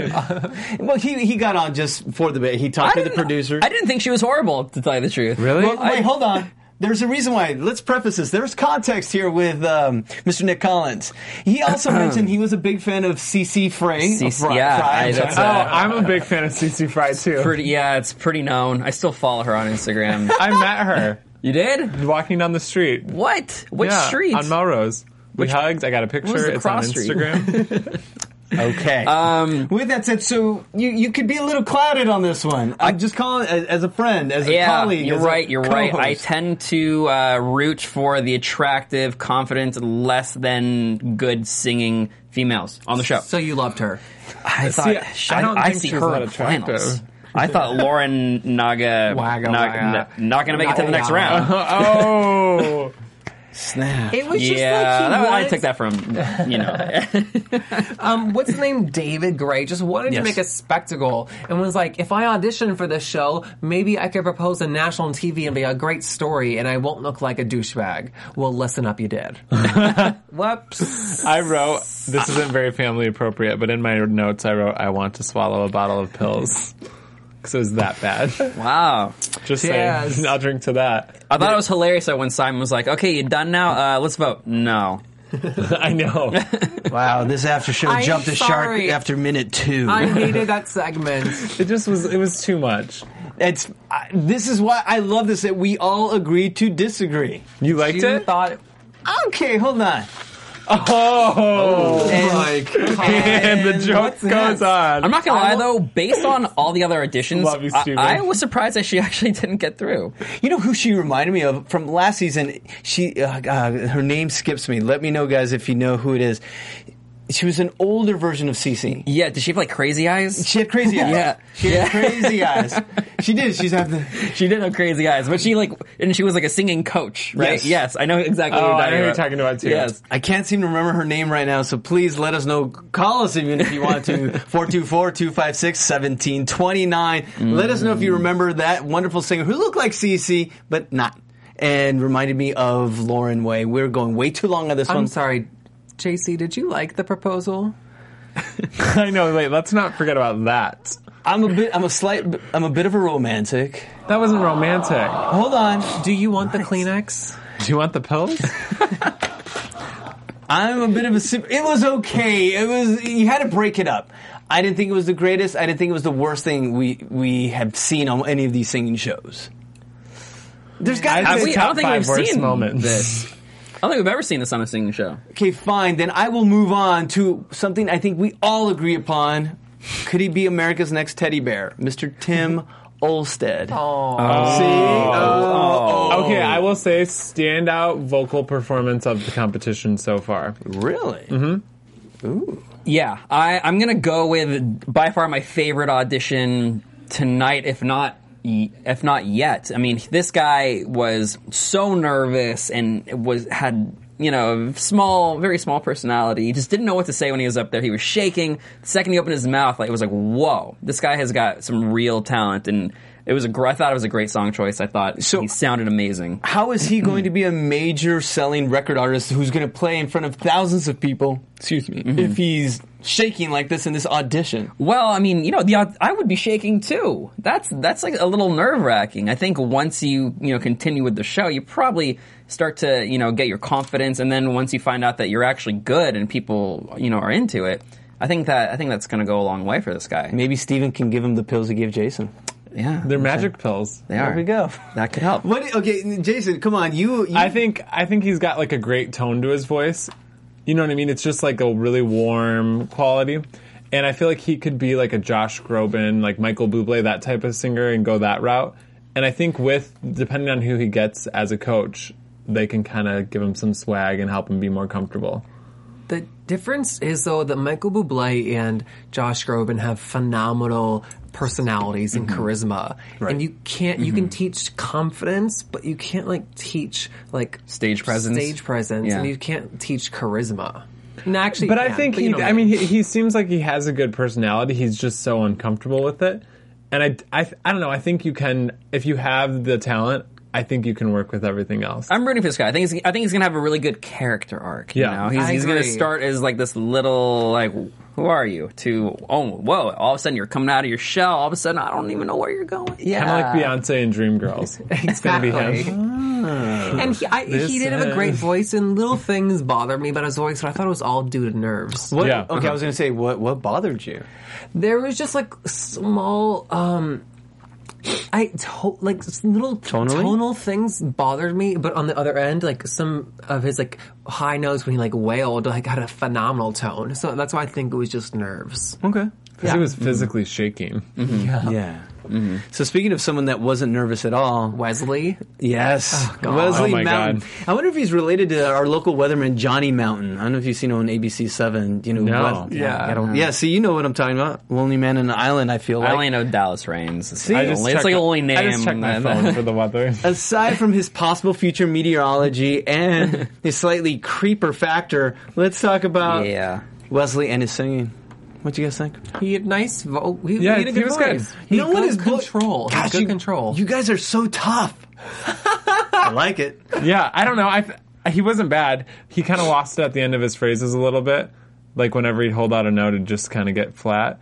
[SPEAKER 6] Well, he, he got on just for the bit. He talked to the
[SPEAKER 4] didn't-
[SPEAKER 6] producer.
[SPEAKER 4] I didn't think she was horrible, to tell you the truth. Really?
[SPEAKER 3] Oh,
[SPEAKER 6] Well, wait, hold on. There's a reason why. Let's preface this. There's context here with um, Mr. Nick Collins. He also mentioned he was a big fan of CC Frey.
[SPEAKER 4] CC
[SPEAKER 6] Fry-
[SPEAKER 4] yeah,
[SPEAKER 6] Fry,
[SPEAKER 4] I-
[SPEAKER 6] I'm sorry.
[SPEAKER 4] that's
[SPEAKER 3] Oh,
[SPEAKER 4] uh,
[SPEAKER 3] I'm a big fan of CC Fry too.
[SPEAKER 4] pretty. Yeah, it's pretty known. I still follow her on Instagram.
[SPEAKER 3] I met her
[SPEAKER 4] you did?
[SPEAKER 3] walking down the street.
[SPEAKER 4] What? Which
[SPEAKER 3] yeah,
[SPEAKER 4] street?
[SPEAKER 3] On Melrose. We hugged. I got a
[SPEAKER 4] was
[SPEAKER 3] picture.
[SPEAKER 4] the
[SPEAKER 3] It's on
[SPEAKER 4] cross street?
[SPEAKER 3] Instagram.
[SPEAKER 6] okay. Um, with that said, so you, you could be a little clouded on this one. I'm just calling as, as a friend, as a
[SPEAKER 4] yeah,
[SPEAKER 6] colleague.
[SPEAKER 4] you're
[SPEAKER 6] as a
[SPEAKER 4] right. You're right. I
[SPEAKER 6] co-host.
[SPEAKER 4] tend to uh, root for the attractive, confident, less than good singing females on the show.
[SPEAKER 5] So you loved her.
[SPEAKER 4] I thought
[SPEAKER 3] I don't
[SPEAKER 4] I
[SPEAKER 3] think
[SPEAKER 4] see
[SPEAKER 3] she's
[SPEAKER 4] her
[SPEAKER 3] that
[SPEAKER 4] in finals.
[SPEAKER 3] attractive.
[SPEAKER 4] I thought Lauren Naga
[SPEAKER 5] Wagga,
[SPEAKER 4] Naga-
[SPEAKER 5] wagga.
[SPEAKER 4] n- not going to make it to the next
[SPEAKER 5] Wagga.
[SPEAKER 4] round.
[SPEAKER 3] oh,
[SPEAKER 6] Snap.
[SPEAKER 5] It was just
[SPEAKER 4] Yeah,
[SPEAKER 5] like she
[SPEAKER 4] that- I
[SPEAKER 5] wanted-
[SPEAKER 4] took that from you know.
[SPEAKER 5] Um, what's his name? David Gray just wanted
[SPEAKER 6] Yes.
[SPEAKER 5] to make a spectacle and was like, if I audition for this show, maybe I could propose on national TV and be a great story, and I won't look like a douchebag. Well, listen up, you did. Whoops.
[SPEAKER 3] I wrote. This isn't very family appropriate, but in my notes, I wrote, "I want to swallow a bottle of pills." Because it was that bad.
[SPEAKER 4] wow.
[SPEAKER 3] Just
[SPEAKER 5] Yes.
[SPEAKER 3] saying, I'll drink to that.
[SPEAKER 4] I thought it was hilarious that when Simon was like, "Okay, you done now? Uh, let's vote." No,
[SPEAKER 3] I know.
[SPEAKER 6] Wow, this after show
[SPEAKER 5] I'm
[SPEAKER 6] jumped the shark
[SPEAKER 5] sorry.
[SPEAKER 6] after minute two.
[SPEAKER 5] I hated that segment.
[SPEAKER 3] It just was. It was too much.
[SPEAKER 6] It's I, this is why I love this that we all agree to disagree.
[SPEAKER 3] You liked
[SPEAKER 5] You
[SPEAKER 3] it?
[SPEAKER 5] thought,
[SPEAKER 6] Okay, hold on.
[SPEAKER 3] oh,
[SPEAKER 6] Like
[SPEAKER 3] and the joke goes on.
[SPEAKER 4] I'm not gonna lie though. Based on all the other auditions,
[SPEAKER 3] Love you, Steven.
[SPEAKER 4] I, I was surprised that she actually didn't get through.
[SPEAKER 6] You know who she reminded me of from last season? She uh, uh, her name skips me. Let me know, guys, if you know who it is. She was an older version of Cece.
[SPEAKER 4] Yeah, did she have like crazy eyes?
[SPEAKER 6] She had crazy eyes.
[SPEAKER 4] Yeah.
[SPEAKER 6] she had crazy eyes. She did. She's had the.
[SPEAKER 4] She did have crazy eyes, but she like, and she was like a singing coach, right?
[SPEAKER 6] Yes.
[SPEAKER 4] Yes, I know exactly.
[SPEAKER 3] Oh,
[SPEAKER 4] what you're
[SPEAKER 3] I
[SPEAKER 4] talking
[SPEAKER 3] know who you're talking
[SPEAKER 4] about.
[SPEAKER 3] about too.
[SPEAKER 4] Yes,
[SPEAKER 6] I can't seem to remember her name right now, so please let us know. Call us even if you want to. 424-256-1729. Let us know if you remember that wonderful singer who looked like Cece, but not. And reminded me of Lauren Way. We're going way too long on this
[SPEAKER 5] I'm
[SPEAKER 6] one.
[SPEAKER 5] sorry, JC, did you like the proposal?
[SPEAKER 3] I know. Wait, let's not forget about that.
[SPEAKER 6] I'm a bit I'm a slight I'm a bit of a romantic.
[SPEAKER 3] That wasn't romantic.
[SPEAKER 6] Hold on.
[SPEAKER 5] Do you want the Kleenex?
[SPEAKER 3] Do you want the pills?
[SPEAKER 6] I'm a bit of a sip. It was okay. It was you had to break it up. I didn't think it was the greatest. I didn't think it was the worst thing we we have seen on any of these singing shows. There's got
[SPEAKER 3] I
[SPEAKER 6] to
[SPEAKER 3] think
[SPEAKER 6] be
[SPEAKER 4] We- I don't think
[SPEAKER 3] Top
[SPEAKER 4] we've
[SPEAKER 3] five worst
[SPEAKER 4] seen
[SPEAKER 3] moments.
[SPEAKER 4] this. I don't think we've ever seen this on a singing show.
[SPEAKER 6] Okay, fine. Then I will move on to something I think we all agree upon. Could he be America's next teddy bear, Mr. Tim Olstead? Oh, see, oh, oh.
[SPEAKER 3] Okay, I will say standout vocal performance of the competition so far.
[SPEAKER 6] really?
[SPEAKER 4] Yeah, I, I'm gonna go with by far my favorite audition tonight, if not y- if not yet. I mean, this guy was so nervous and was had you know small, very small personality. He just didn't know what to say when he was up there. He was shaking. The second he opened his mouth, like it was like, whoa, this guy has got some real talent. And it was a gr- I thought it was a great song choice. I thought
[SPEAKER 6] So-
[SPEAKER 4] he sounded amazing.
[SPEAKER 6] How is he going to be a major selling record artist who's going to play in front of thousands of people? Excuse me. If he's shaking like this in this audition.
[SPEAKER 4] Well, I mean, you know, the I would be shaking too. That's that's like a little nerve wracking. I think once you you know continue with the show, you probably start to you know get your confidence, and then once you find out that you're actually good and people you know are into it, I think that I think that's going to go a long way for this guy.
[SPEAKER 6] Maybe Steven can give him the pills he gave Jason.
[SPEAKER 4] Yeah,
[SPEAKER 3] They're magic pills.
[SPEAKER 4] They are.
[SPEAKER 6] There we go.
[SPEAKER 4] That could help.
[SPEAKER 6] What? Okay, Jason, come on. You. you
[SPEAKER 3] I think I think he's got like a great tone to his voice. You know what I mean? It's just like a really warm quality. And I feel like he could be like a Josh Groban, like Michael Bublé, that type of singer and go that route. And I think with depending on who he gets as a coach, they can kind of give him some swag and help him be more comfortable.
[SPEAKER 5] The difference is though that Michael Bublé and Josh Groban have phenomenal personalities
[SPEAKER 3] Mm-hmm.
[SPEAKER 5] and charisma, and you can't you can teach confidence, but you can't like teach like
[SPEAKER 4] Stage presence.
[SPEAKER 5] stage presence,
[SPEAKER 4] Yeah.
[SPEAKER 5] and you can't teach charisma. And actually,
[SPEAKER 3] But I
[SPEAKER 5] yeah,
[SPEAKER 3] think
[SPEAKER 5] but you
[SPEAKER 3] he,
[SPEAKER 5] know what
[SPEAKER 3] I mean, he, he seems like he has a good personality. He's just so uncomfortable with it. And I, I, I don't know. I think you can, if you have the talent, I think you can work with everything else.
[SPEAKER 4] I'm rooting for this guy. I think he's, I think he's gonna have a really good character arc.
[SPEAKER 3] Yeah.
[SPEAKER 4] you know? he's,
[SPEAKER 5] I
[SPEAKER 4] he's gonna
[SPEAKER 5] agree.
[SPEAKER 4] start as like this little like who are you to oh whoa all of a sudden you're coming out of your shell all of a sudden I don't even know where you're going. Yeah,
[SPEAKER 3] Kind of like Beyonce and Dreamgirls. It's gonna be him. Oh.
[SPEAKER 5] And he, I, he did have a great voice, and little things bothered me about his voice, but I thought it was all due to nerves.
[SPEAKER 6] What,
[SPEAKER 3] Yeah.
[SPEAKER 6] Okay, I was going to say, what, what bothered you?
[SPEAKER 5] There was just like small, um, I to- like s- little
[SPEAKER 6] Tonally?
[SPEAKER 5] tonal things bothered me, but on the other end, like some of his like high notes when he like wailed, like had a phenomenal tone. So that's why I think it was just nerves.
[SPEAKER 6] Okay.
[SPEAKER 3] Because he was physically shaking.
[SPEAKER 6] Yeah. So speaking of someone that wasn't nervous at all,
[SPEAKER 5] Wesley,
[SPEAKER 6] yes,
[SPEAKER 5] God.
[SPEAKER 6] Wesley
[SPEAKER 3] Oh, my
[SPEAKER 6] Mountain.
[SPEAKER 3] God.
[SPEAKER 6] I wonder if he's related to our local weatherman Johnny Mountain. I don't know if you've seen him on ABC Seven. You know,
[SPEAKER 3] No.
[SPEAKER 6] yeah, I don't, yeah. See, you know what I'm talking about. Lonely man in the island. I feel like.
[SPEAKER 4] I only know Dallas Reigns.
[SPEAKER 6] See? I
[SPEAKER 4] I
[SPEAKER 6] just
[SPEAKER 4] only, it's like the only name.
[SPEAKER 3] I just checked my phone for the weather.
[SPEAKER 6] Aside from his possible future meteorology and his slightly creeper factor, let's talk about
[SPEAKER 4] yeah.
[SPEAKER 6] Wesley and his singing. What do you guys think?
[SPEAKER 5] he had nice, vo- he,
[SPEAKER 3] Yeah,
[SPEAKER 5] he had
[SPEAKER 3] he
[SPEAKER 5] a good
[SPEAKER 3] was good.
[SPEAKER 5] voice. He had good
[SPEAKER 6] blo-
[SPEAKER 5] control. He had
[SPEAKER 6] Gosh,
[SPEAKER 5] good
[SPEAKER 6] you-
[SPEAKER 5] control.
[SPEAKER 6] You guys are so tough. I like it.
[SPEAKER 3] yeah, I don't know. I th- he wasn't bad. He kind of lost it at the end of his phrases a little bit, like whenever he'd hold out a note, it'd just kind of get flat.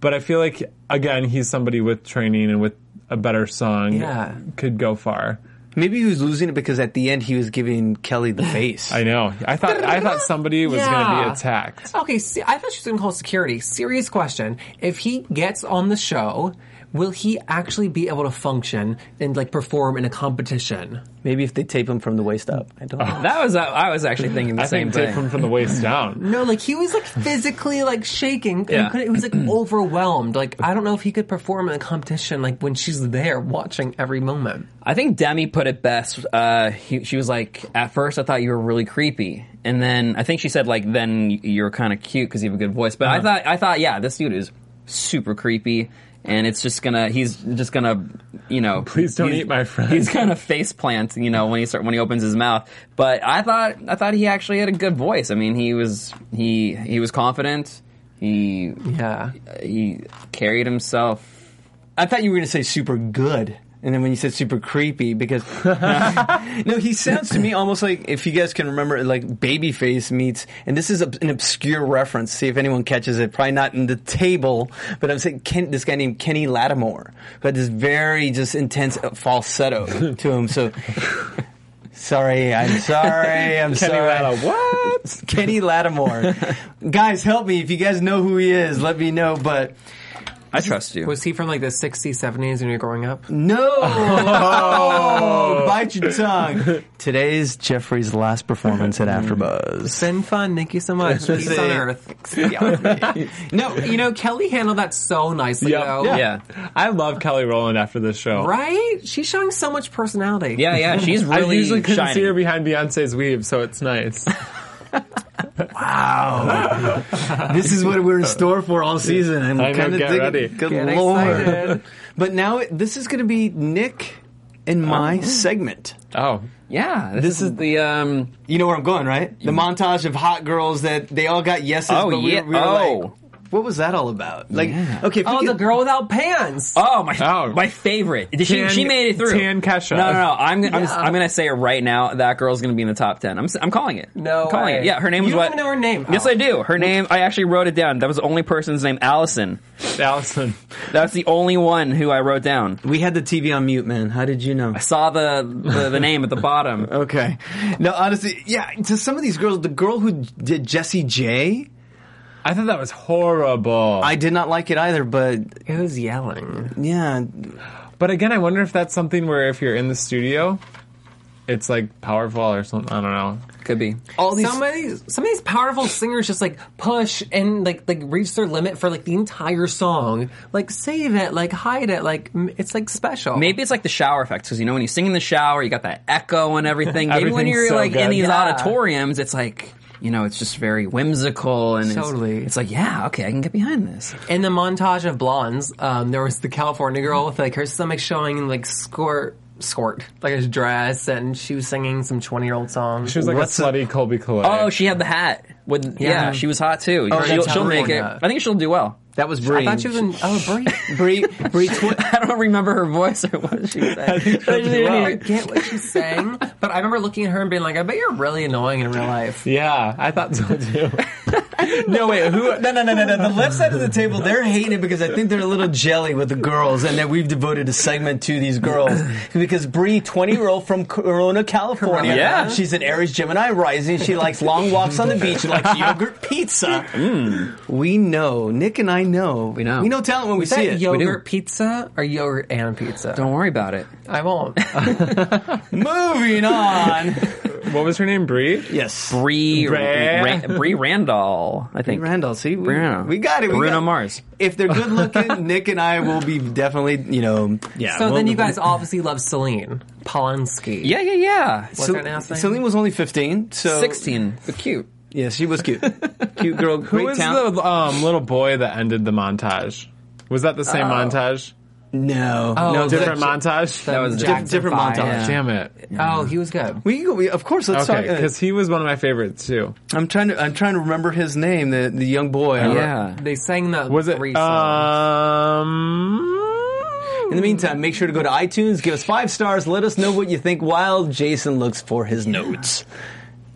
[SPEAKER 3] But I feel like again, he's somebody with training and with a better song.
[SPEAKER 5] Yeah.
[SPEAKER 3] could go far.
[SPEAKER 6] Maybe he was losing it because at the end he was giving Kelly the face.
[SPEAKER 3] I know. I thought I thought somebody was going to
[SPEAKER 5] Yeah.
[SPEAKER 3] be attacked.
[SPEAKER 5] Okay, see, I thought she was going to call security. Serious question: If he gets on the show, will he actually be able to function and like perform in a competition?
[SPEAKER 6] Maybe if they tape him from the waist up. I don't know.
[SPEAKER 4] That was I was actually thinking the
[SPEAKER 3] I
[SPEAKER 4] same
[SPEAKER 3] think take
[SPEAKER 4] thing.
[SPEAKER 3] him from the waist down.
[SPEAKER 5] No, like he was like physically like shaking. and
[SPEAKER 4] Yeah.
[SPEAKER 5] couldn't- He was like overwhelmed. Like I don't know if he could perform in a competition. Like when she's there watching every moment.
[SPEAKER 4] I think Demi put it best. Uh, he, she was like, at first I thought you were really creepy, and then I think she said like, then you're kind of cute because you have a good voice. But I thought, I thought, yeah, this dude is super creepy, and it's just gonna, he's just gonna, you know,
[SPEAKER 3] Please don't
[SPEAKER 4] he's-
[SPEAKER 3] eat my friend.
[SPEAKER 4] He's gonna face plant, you know, when he start when he opens his mouth. But I thought, I thought he actually had a good voice. I mean, he was he he was confident. He
[SPEAKER 5] Yeah.
[SPEAKER 4] he carried himself.
[SPEAKER 6] I thought you were going to say super good. And then when you said super creepy, because no, he sounds to me almost like if you guys can remember, like Babyface meets, and this is ob- an obscure reference. See if anyone catches it. Probably not in the table, but I'm saying Ken, this guy named Kenny Lattimore who had this very just intense uh, falsetto to him. So sorry, I'm sorry,
[SPEAKER 3] Kenny
[SPEAKER 6] I'm sorry.
[SPEAKER 3] Lattimore, what?
[SPEAKER 6] Kenny Lattimore, guys, help me if you guys know who he is. Let me know, but.
[SPEAKER 4] I trust you.
[SPEAKER 5] Was he from like the 60s, 70s when you were growing up?
[SPEAKER 6] No! Oh, bite your tongue. Today's Jeffrey's last performance at AfterBuzz.
[SPEAKER 5] Been fun. Thank you so much. Peace on
[SPEAKER 6] it.
[SPEAKER 5] earth. Yeah. no, you know Kelly handled that so nicely
[SPEAKER 3] Yep.
[SPEAKER 5] though.
[SPEAKER 4] yeah.
[SPEAKER 3] I love Kelly Rowland after this show.
[SPEAKER 5] Right? She's showing so much personality.
[SPEAKER 4] Yeah, yeah, she's really
[SPEAKER 3] I usually couldn't
[SPEAKER 4] shiny.
[SPEAKER 3] see her behind Beyonce's weave, so it's nice.
[SPEAKER 6] This is what we're in store for all season. I'm
[SPEAKER 3] I know,
[SPEAKER 6] kind of
[SPEAKER 3] get
[SPEAKER 6] digging.
[SPEAKER 3] ready.
[SPEAKER 6] Good
[SPEAKER 5] Get
[SPEAKER 6] lord!
[SPEAKER 5] excited.
[SPEAKER 6] But now it, this is going to be Nick and my segment.
[SPEAKER 3] Oh,
[SPEAKER 4] Yeah, this, is, the um.
[SPEAKER 6] You know where I'm going, right? The montage of hot girls that they all got yeses.
[SPEAKER 4] Oh,
[SPEAKER 6] but we,
[SPEAKER 4] yeah.
[SPEAKER 6] were- we were
[SPEAKER 4] Oh.
[SPEAKER 6] like, what was that all about? Like, okay, if you
[SPEAKER 5] Oh,
[SPEAKER 6] could-
[SPEAKER 5] the girl without pants.
[SPEAKER 4] Oh my!
[SPEAKER 3] Oh.
[SPEAKER 4] My favorite. She,
[SPEAKER 3] Tan-
[SPEAKER 4] she made it through.
[SPEAKER 3] Tan Kesha.
[SPEAKER 4] No, no, no. I'm I'm, I'm gonna say it right now. That girl's gonna be in the top ten. I'm s- I'm calling it.
[SPEAKER 5] No
[SPEAKER 4] I'm calling
[SPEAKER 5] way.
[SPEAKER 4] it. Yeah, her name
[SPEAKER 5] You
[SPEAKER 4] was
[SPEAKER 5] don't
[SPEAKER 4] what?
[SPEAKER 5] even know her name.
[SPEAKER 4] Yes,
[SPEAKER 5] Oh.
[SPEAKER 4] I do. Her name. I actually wrote it down. That was the only person's name. Allison.
[SPEAKER 3] Allison.
[SPEAKER 4] That's the only one who I wrote down.
[SPEAKER 6] we had the TV on mute, man. How did you know?
[SPEAKER 4] I saw the the, the name at the bottom.
[SPEAKER 6] Okay. No, honestly, yeah. To some of these girls, the girl who did Jessie J,
[SPEAKER 3] I thought that was horrible.
[SPEAKER 6] I did not like it either. But
[SPEAKER 5] It was yelling.
[SPEAKER 6] yeah,
[SPEAKER 3] but again, I wonder if that's something where if you're in the studio, it's like powerful or something. I don't know.
[SPEAKER 4] Could be.
[SPEAKER 6] all these
[SPEAKER 5] Some of these, some of these powerful singers just like push and like like reach their limit for like the entire song. Like save it, like hide it, like m- it's like special.
[SPEAKER 4] Maybe it's like the shower effect because you know when you sing in the shower, you got that echo and everything. Maybe when
[SPEAKER 3] Everything's
[SPEAKER 4] you're
[SPEAKER 3] so
[SPEAKER 4] like in
[SPEAKER 3] good.
[SPEAKER 4] these
[SPEAKER 5] Yeah.
[SPEAKER 4] auditoriums, it's like you know it's just very whimsical and it's-
[SPEAKER 5] Totally.
[SPEAKER 4] It's, like yeah, okay, I can get behind this.
[SPEAKER 5] in the montage of blondes, um, there was the California girl with like her stomach showing and like squirt squirt like a dress, and she was singing some twenty year old song.
[SPEAKER 3] She was like
[SPEAKER 6] What's
[SPEAKER 3] a
[SPEAKER 6] the-
[SPEAKER 3] slutty Colby Collette.
[SPEAKER 4] Oh, she had the hat. With, yeah.
[SPEAKER 5] Yeah.
[SPEAKER 4] she was hot too.
[SPEAKER 3] Oh,
[SPEAKER 4] she'll
[SPEAKER 5] that's
[SPEAKER 4] she'll
[SPEAKER 5] how
[SPEAKER 4] make
[SPEAKER 5] we
[SPEAKER 4] it.
[SPEAKER 5] know.
[SPEAKER 4] I think she'll do well.
[SPEAKER 6] that was Bree.
[SPEAKER 5] I thought she was in oh Brie.
[SPEAKER 6] Bree. Bree. Twi-
[SPEAKER 4] I don't remember her voice or what she said.
[SPEAKER 5] I forget what she sang, but I remember looking at her and being like, "I bet you're really annoying in real life."
[SPEAKER 3] yeah, I thought so too.
[SPEAKER 6] No, wait, who? No, no, no, no, no. The left side of the table, they're hating it because I think they're a little jelly with the girls, and that we've devoted a segment to these girls. Because Bree, 20 year old from Corona, California,
[SPEAKER 4] Yeah.
[SPEAKER 6] she's an Aries Gemini rising. She likes long walks on the beach. She likes yogurt pizza. We know. Nick and I know. We
[SPEAKER 4] Mm. know.
[SPEAKER 6] We know talent when we
[SPEAKER 5] Is that
[SPEAKER 6] see it.
[SPEAKER 5] yogurt pizza or yogurt and pizza?
[SPEAKER 4] don't worry about it.
[SPEAKER 5] I won't.
[SPEAKER 6] Moving on.
[SPEAKER 3] what was her name? Bree.
[SPEAKER 6] yes.
[SPEAKER 4] Bree
[SPEAKER 3] Bra-
[SPEAKER 4] Ra- Bree Randall, I think.
[SPEAKER 6] Randall, see, we,
[SPEAKER 4] Bree Randall.
[SPEAKER 6] we got it. We
[SPEAKER 4] Bruno
[SPEAKER 6] got-
[SPEAKER 4] Mars.
[SPEAKER 6] If they're good looking, Nick and I will be definitely, you know, yeah.
[SPEAKER 5] so
[SPEAKER 6] we'll-
[SPEAKER 5] then you guys obviously love Celine Polanski.
[SPEAKER 4] Yeah, yeah, yeah.
[SPEAKER 5] What's
[SPEAKER 6] Cel-
[SPEAKER 5] her last name?
[SPEAKER 6] Celine was only 15, so
[SPEAKER 4] Sixteen, but cute.
[SPEAKER 6] Yeah, she was cute. cute girl, great
[SPEAKER 3] Who was
[SPEAKER 6] talent.
[SPEAKER 3] the um, little boy that ended the montage? Was that the same montage?
[SPEAKER 6] No, no,
[SPEAKER 3] Oh, Different
[SPEAKER 6] that-
[SPEAKER 3] montage.
[SPEAKER 5] That was
[SPEAKER 4] was a
[SPEAKER 5] Jackson
[SPEAKER 6] different
[SPEAKER 5] Five.
[SPEAKER 6] montage.
[SPEAKER 4] Yeah.
[SPEAKER 3] Damn it.
[SPEAKER 5] Oh, he was good.
[SPEAKER 6] We can go. We, of course, let's
[SPEAKER 3] Okay,
[SPEAKER 6] talk. uh,
[SPEAKER 3] because he was one of my favorites too.
[SPEAKER 6] I'm trying to. I'm trying to remember his name. The the young boy.
[SPEAKER 4] Yeah.
[SPEAKER 5] They sang the
[SPEAKER 3] Was it? uh,
[SPEAKER 5] three songs.
[SPEAKER 3] Um,
[SPEAKER 6] In the meantime, make sure to go to iTunes, give us five stars, let us know what you think while Jason looks for his notes.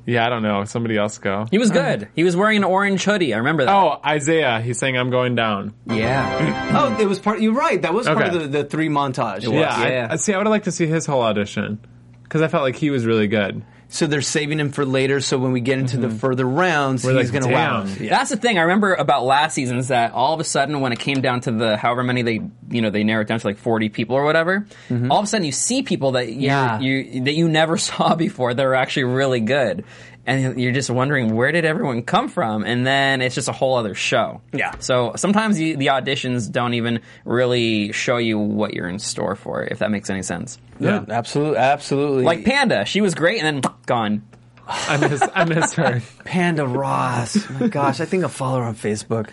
[SPEAKER 3] yeah, I don't know. Somebody else go.
[SPEAKER 4] He was good. He was wearing an orange hoodie. I remember that.
[SPEAKER 3] Oh, Isaiah. He's saying I'm going down.
[SPEAKER 4] yeah.
[SPEAKER 6] Oh, it was part. You're right. That was part
[SPEAKER 3] Okay.
[SPEAKER 6] of the, the three montage.
[SPEAKER 3] Yeah. I-
[SPEAKER 4] Yeah.
[SPEAKER 3] I, see, I would have liked to see his whole audition because I felt like he was really good.
[SPEAKER 6] So they're saving him for later. So when we get into the further rounds,
[SPEAKER 3] We're
[SPEAKER 6] he's
[SPEAKER 3] like,
[SPEAKER 6] going to wow.
[SPEAKER 3] "Damn."
[SPEAKER 6] us. Yeah.
[SPEAKER 4] That's the thing I remember about last season is that all of a sudden when it came down to the however many they you know they narrowed down to like forty people or whatever, all of a sudden you see people that you,
[SPEAKER 5] Yeah.
[SPEAKER 4] you that you never saw before that are actually really good, and you're just wondering where did everyone come from, and then it's just a whole other show.
[SPEAKER 6] Yeah.
[SPEAKER 4] So sometimes the, the auditions don't even really show you what you're in store for, if that makes any sense.
[SPEAKER 6] Yeah, absolutely, absolutely.
[SPEAKER 4] Like Panda, she was great and then gone.
[SPEAKER 3] I miss, I miss her.
[SPEAKER 6] Panda Ross. My gosh, I think I follow her on Facebook.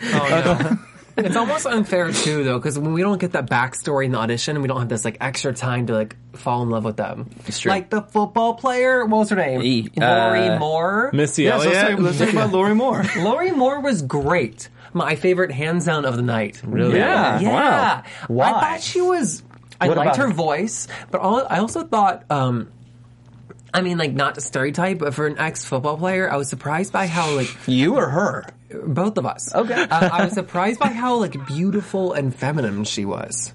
[SPEAKER 5] It's almost unfair too, though, because when we don't get that backstory in the audition, we don't have this like extra time to like fall in love with them.
[SPEAKER 4] It's true.
[SPEAKER 5] Like the football player, what was her name?
[SPEAKER 4] E-
[SPEAKER 5] Lori
[SPEAKER 4] uh,
[SPEAKER 5] Moore.
[SPEAKER 3] Missy
[SPEAKER 6] Yeah, so
[SPEAKER 3] Elliott.
[SPEAKER 6] let's, talk, let's talk about Lori Moore.
[SPEAKER 5] Lori Moore was great. My favorite hands down of the night. Really?
[SPEAKER 4] Yeah.
[SPEAKER 5] Yeah.
[SPEAKER 4] Wow.
[SPEAKER 5] I thought she was. I
[SPEAKER 6] What
[SPEAKER 5] liked
[SPEAKER 6] about
[SPEAKER 5] her
[SPEAKER 6] her?
[SPEAKER 5] voice, but all, I also thought. Um, I mean, like not to stereotype, but for an ex football player, I was surprised by how like
[SPEAKER 6] You or her?
[SPEAKER 5] both of us.
[SPEAKER 6] Okay.
[SPEAKER 5] uh, I was surprised by how like beautiful and feminine she was.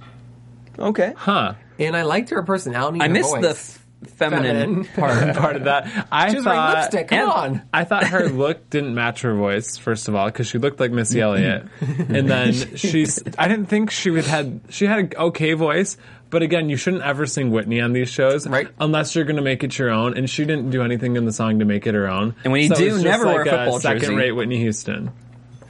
[SPEAKER 6] Okay.
[SPEAKER 3] huh.
[SPEAKER 5] And I liked her personality. and
[SPEAKER 4] I
[SPEAKER 5] her
[SPEAKER 4] missed
[SPEAKER 5] voice.
[SPEAKER 4] the f- feminine,
[SPEAKER 5] Feminine.
[SPEAKER 4] part.
[SPEAKER 3] Part of that. I
[SPEAKER 5] She was wearing
[SPEAKER 3] thought,
[SPEAKER 5] lipstick. Come
[SPEAKER 4] and-
[SPEAKER 5] on.
[SPEAKER 3] I thought her look didn't match her voice, first of all, because she looked like Missy Elliott, and then she's. I didn't think she would had. She had an okay voice, but again, you shouldn't ever sing Whitney on these shows,
[SPEAKER 5] Right.
[SPEAKER 3] Unless you're going to make it your own, and she didn't do anything in the song to make it her own.
[SPEAKER 4] And when you
[SPEAKER 3] So it
[SPEAKER 4] do,
[SPEAKER 3] was just
[SPEAKER 4] never
[SPEAKER 3] like
[SPEAKER 4] wear a football jersey.
[SPEAKER 3] second rate Whitney Houston.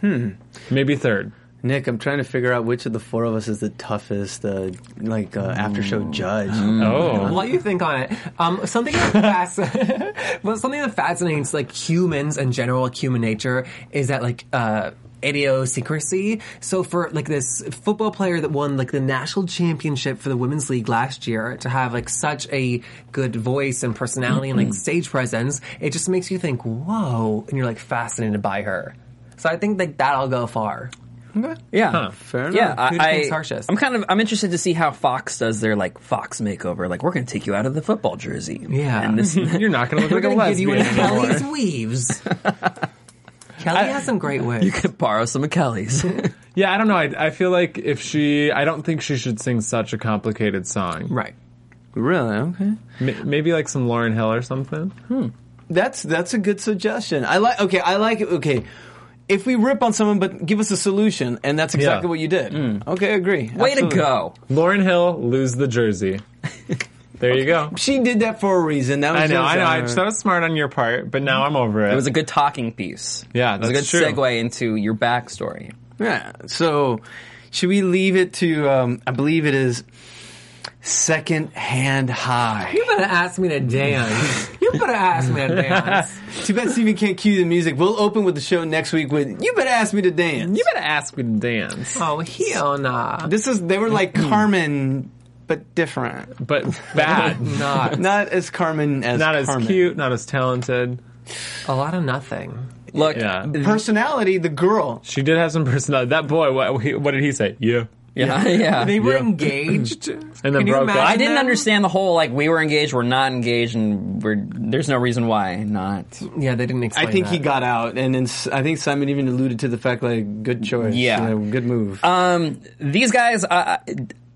[SPEAKER 3] Hmm. Maybe third.
[SPEAKER 6] Nick, I'm trying to figure out which of the four of us is the toughest, uh, like uh, after show judge.
[SPEAKER 3] Oh,
[SPEAKER 5] While you think on it, um, something that fasc- well, something that fascinates like humans in general, like, human nature, is that like uh, idiosyncrasy. So for like this football player that won like the national championship for the women's league last year to have like such a good voice and personality and like stage presence, it just makes you think, whoa, and you're like fascinated by her. So I think like that'll go far.
[SPEAKER 4] Yeah,
[SPEAKER 6] fair enough.
[SPEAKER 4] Yeah,
[SPEAKER 5] Who do you
[SPEAKER 4] I,
[SPEAKER 5] think's harshest?
[SPEAKER 4] I'm kind of I'm interested to see how Fox does their like Fox makeover. Like we're going to take you out of the football jersey.
[SPEAKER 5] Yeah.
[SPEAKER 4] and this,
[SPEAKER 3] you're not going to
[SPEAKER 5] We're
[SPEAKER 3] look like a
[SPEAKER 5] gonna give you
[SPEAKER 3] lesbian
[SPEAKER 5] one of
[SPEAKER 3] anymore.
[SPEAKER 5] Kelly's weaves. Kelly has some great wigs.
[SPEAKER 4] you could borrow some of Kelly's.
[SPEAKER 3] Yeah, I don't know. I, I feel like if she, I don't think she should sing such a complicated song.
[SPEAKER 5] right.
[SPEAKER 6] Really? Okay.
[SPEAKER 3] M- maybe like some Lauren Hill or something.
[SPEAKER 6] That's that's a good suggestion. I like. Okay, I like it. Okay, if we rip on someone, but give us a solution, and that's exactly
[SPEAKER 3] Yeah. Mm.
[SPEAKER 6] what you did. Okay, I agree.
[SPEAKER 4] Way to
[SPEAKER 6] Absolutely.
[SPEAKER 4] go!
[SPEAKER 3] Lauren Hill lose the jersey. There you go.
[SPEAKER 6] She did that for a reason. That was
[SPEAKER 3] I know,
[SPEAKER 6] just uh,
[SPEAKER 3] I know. I,
[SPEAKER 6] our-
[SPEAKER 3] that was smart on your part, but now I'm over it.
[SPEAKER 4] It was a good talking piece.
[SPEAKER 3] Yeah,
[SPEAKER 4] it was
[SPEAKER 3] that's
[SPEAKER 4] a good
[SPEAKER 3] true.
[SPEAKER 4] segue into your backstory.
[SPEAKER 6] Yeah. So, should we leave it to? Um, I believe it is second hand high.
[SPEAKER 5] You better ask me to dance. You better ask me to
[SPEAKER 3] Ah,
[SPEAKER 5] dance.
[SPEAKER 6] Too bad Steven can't cue the music. We'll open with the show next week with "You Better Ask Me to Dance."
[SPEAKER 3] you better ask me to dance,
[SPEAKER 5] Oh, hell nah.
[SPEAKER 6] This is they were like
[SPEAKER 3] Mm.
[SPEAKER 6] Carmen, but different.
[SPEAKER 3] but bad.
[SPEAKER 5] Not.
[SPEAKER 6] Not as Carmen as
[SPEAKER 3] not as
[SPEAKER 6] Carmen.
[SPEAKER 3] cute, not as talented.
[SPEAKER 5] A lot of nothing.
[SPEAKER 4] Look,
[SPEAKER 3] Yeah.
[SPEAKER 6] Personality, the girl.
[SPEAKER 3] She did have some personality. That boy, what, he- what did he say? Yeah.
[SPEAKER 4] yeah, yeah.
[SPEAKER 5] They were
[SPEAKER 3] Yeah.
[SPEAKER 5] engaged.
[SPEAKER 3] And then
[SPEAKER 5] Can you
[SPEAKER 3] broke up.
[SPEAKER 5] imagine
[SPEAKER 4] I didn't
[SPEAKER 5] them?
[SPEAKER 4] understand the whole like we were engaged, we're not engaged, and we're there's no reason why not.
[SPEAKER 5] Yeah, they didn't explain
[SPEAKER 6] I think
[SPEAKER 5] that.
[SPEAKER 6] he got out, and then s- I think Simon even alluded to the fact like good choice,
[SPEAKER 4] Yeah.
[SPEAKER 6] you know, good move.
[SPEAKER 4] Um, these guys, uh,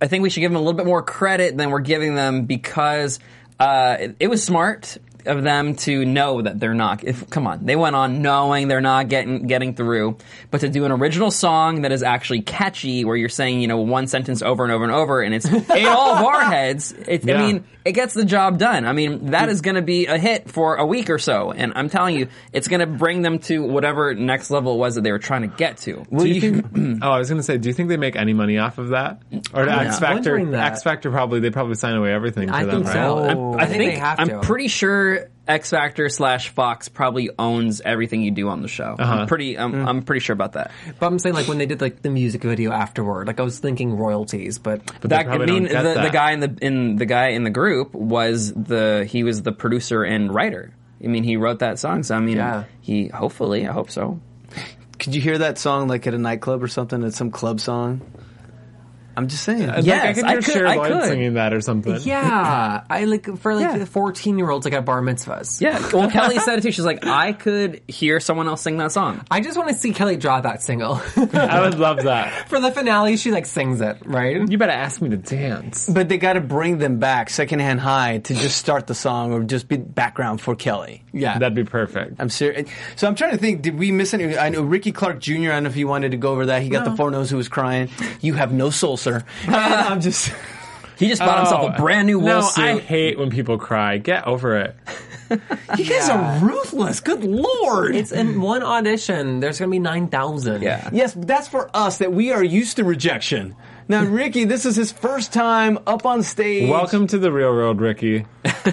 [SPEAKER 4] I think we should give them a little bit more credit than we're giving them because uh, it, it was smart of them to know that they're not. If come on, they went on knowing they're not getting getting through, but to do an original song that is actually catchy, where you're saying you know one sentence over and over and over, and it's in all of our heads. It,
[SPEAKER 3] Yeah.
[SPEAKER 4] I mean, it gets the job done. I mean, that is going to be a hit for a week or so, and I'm telling you, it's going to bring them to whatever next level it was that they were trying to get to.
[SPEAKER 3] Do you think, oh, I was going to say, do you think they make any money off of that? Or to X Factor?
[SPEAKER 5] wondering that.
[SPEAKER 3] X Factor probably, they probably sign away everything for
[SPEAKER 5] I
[SPEAKER 3] them,
[SPEAKER 5] think
[SPEAKER 3] right?
[SPEAKER 5] so.
[SPEAKER 4] I'm, I,
[SPEAKER 5] I
[SPEAKER 4] think,
[SPEAKER 5] think they have
[SPEAKER 4] I'm
[SPEAKER 5] to.
[SPEAKER 4] pretty sure X Factor slash Fox probably owns everything you do on the show. I'm pretty. I'm, I'm pretty sure about that.
[SPEAKER 5] But I'm saying, like, when they did, like, the music video afterward, like, I was thinking royalties, but.
[SPEAKER 3] But they
[SPEAKER 4] that I
[SPEAKER 3] probably
[SPEAKER 4] mean,
[SPEAKER 3] don't
[SPEAKER 4] the,
[SPEAKER 3] get
[SPEAKER 4] the
[SPEAKER 3] that.
[SPEAKER 4] guy in the in the guy in the group was the he was the producer and writer. I mean, he wrote that song. So I mean,
[SPEAKER 5] Yeah.
[SPEAKER 4] he hopefully I hope so.
[SPEAKER 6] Could you hear that song like at a nightclub or something? It's some club song. I'm just saying.
[SPEAKER 3] Like, I
[SPEAKER 4] Yes,
[SPEAKER 3] could
[SPEAKER 4] I
[SPEAKER 3] hear
[SPEAKER 4] could-
[SPEAKER 3] Cher
[SPEAKER 4] I
[SPEAKER 3] Lloyd
[SPEAKER 4] could.
[SPEAKER 3] singing that or something.
[SPEAKER 5] Yeah, I like for like
[SPEAKER 4] Yeah.
[SPEAKER 5] 14 year olds like at bar mitzvahs.
[SPEAKER 4] Yeah. Well, Kelly said it too. She's like, I could hear someone else sing that song.
[SPEAKER 5] I just want to see Kelly draw that single.
[SPEAKER 3] I would love that.
[SPEAKER 5] for the finale, she like sings it, right?
[SPEAKER 3] You better ask me to dance.
[SPEAKER 6] But they got to bring them back secondhand high to just start the song or just be background for Kelly.
[SPEAKER 5] Yeah.
[SPEAKER 3] That'd be perfect.
[SPEAKER 6] I'm serious. So I'm trying to think. Did we miss any? I know Ricky Clark Jr. I don't know if you wanted to go over that. He got the four nose who was crying. You have no soul, sir. And I'm just.
[SPEAKER 4] He just bought himself a brand new wool
[SPEAKER 3] Oh. No,
[SPEAKER 4] suit.
[SPEAKER 3] I hate when people cry. Get over it.
[SPEAKER 6] You guys are ruthless. Good lord.
[SPEAKER 5] It's in one audition. There's gonna be nine thousand.
[SPEAKER 4] yeah.
[SPEAKER 6] yes, but that's for us that we are used to rejection. Now, Ricky, this is his first time up on stage.
[SPEAKER 3] Welcome to the real world, Ricky.
[SPEAKER 5] but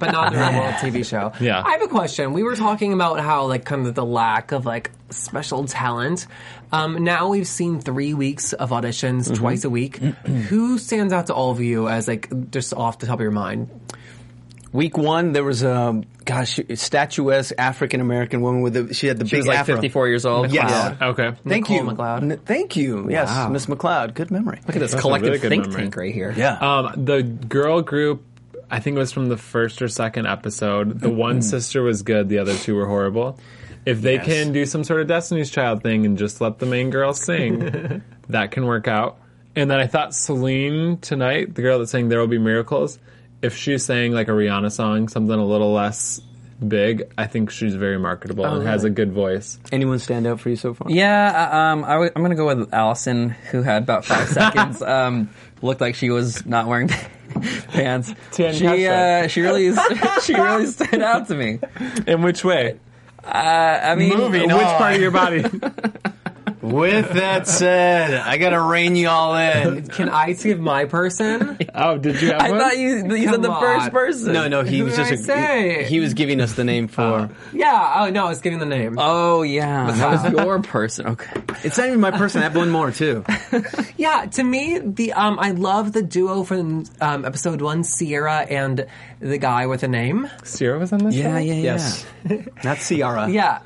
[SPEAKER 5] not the real world TV show.
[SPEAKER 3] Yeah.
[SPEAKER 5] I have a question. We were talking about how like kind of the lack of like special talent. Um, now we've seen three weeks of auditions twice a week. Who stands out to all of you as like just off the top of your mind?
[SPEAKER 6] Week one, there was a gosh statuesque African American woman with a, she had the
[SPEAKER 4] He
[SPEAKER 6] big
[SPEAKER 4] was like
[SPEAKER 6] afro.
[SPEAKER 4] 54 years old.
[SPEAKER 6] Yes.
[SPEAKER 4] Wow.
[SPEAKER 3] Okay.
[SPEAKER 6] Thank
[SPEAKER 5] Nicole
[SPEAKER 6] you,
[SPEAKER 5] McLeod.
[SPEAKER 6] N- thank you. Yes, Miss McLeod. Good memory.
[SPEAKER 4] Look at this
[SPEAKER 3] That's a
[SPEAKER 4] collective
[SPEAKER 3] really good
[SPEAKER 4] think
[SPEAKER 3] memory.
[SPEAKER 4] tank right here.
[SPEAKER 6] Yeah.
[SPEAKER 3] Um, the girl group, I think it was from the first or second episode. The one sister was good, the other two were horrible. If they can do some sort of Destiny's Child thing and just let the main girl sing, that can work out. And then I thought Celine tonight, the girl that's saying There Will Be Miracles, if she's saying like a Rihanna song, something a little less big, I think she's very marketable and has a good voice.
[SPEAKER 6] Anyone stand out for you so far?
[SPEAKER 4] Yeah, I- um, I w- I'm going to go with Allison, who had about five seconds. Um, looked like she was not wearing pants.
[SPEAKER 3] Ten
[SPEAKER 4] She
[SPEAKER 3] Tesla.
[SPEAKER 4] uh, she really she really stood out to me.
[SPEAKER 3] In which way?
[SPEAKER 4] Uh, I mean,
[SPEAKER 3] Which part of your body?
[SPEAKER 6] With that said, I gotta rein y'all in.
[SPEAKER 5] Can I give my person? Uh,
[SPEAKER 3] Oh, did you have
[SPEAKER 4] I
[SPEAKER 3] one?
[SPEAKER 4] thought you you said
[SPEAKER 5] Come
[SPEAKER 4] the first
[SPEAKER 5] on.
[SPEAKER 4] person.
[SPEAKER 6] No, no, he
[SPEAKER 5] Who
[SPEAKER 6] was
[SPEAKER 5] did
[SPEAKER 6] just
[SPEAKER 5] I
[SPEAKER 6] a-
[SPEAKER 5] say?
[SPEAKER 6] He, he was giving us the name for.
[SPEAKER 5] Yeah. Oh no, I was giving the name.
[SPEAKER 4] Oh yeah, that was your person. Okay.
[SPEAKER 6] it's not even my person. I have one more too.
[SPEAKER 5] Yeah, to me, the um, I love the duo from um, episode one, Sierra and the guy with a name.
[SPEAKER 3] Sierra was on this.
[SPEAKER 4] Yeah,
[SPEAKER 3] one?
[SPEAKER 4] yeah, yeah.
[SPEAKER 6] Yes, not Ciara.
[SPEAKER 5] Yeah,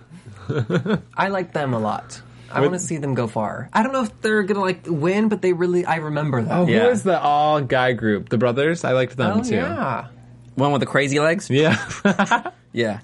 [SPEAKER 5] I like them a lot. I want to see them go far. I don't know if they're gonna like win, but they really I remember them.
[SPEAKER 3] Oh,
[SPEAKER 4] Yeah.
[SPEAKER 3] who was the all guy group? The brothers. I liked them
[SPEAKER 5] Oh,
[SPEAKER 3] too.
[SPEAKER 5] yeah.
[SPEAKER 4] One with the crazy legs.
[SPEAKER 3] Yeah.
[SPEAKER 4] Yeah.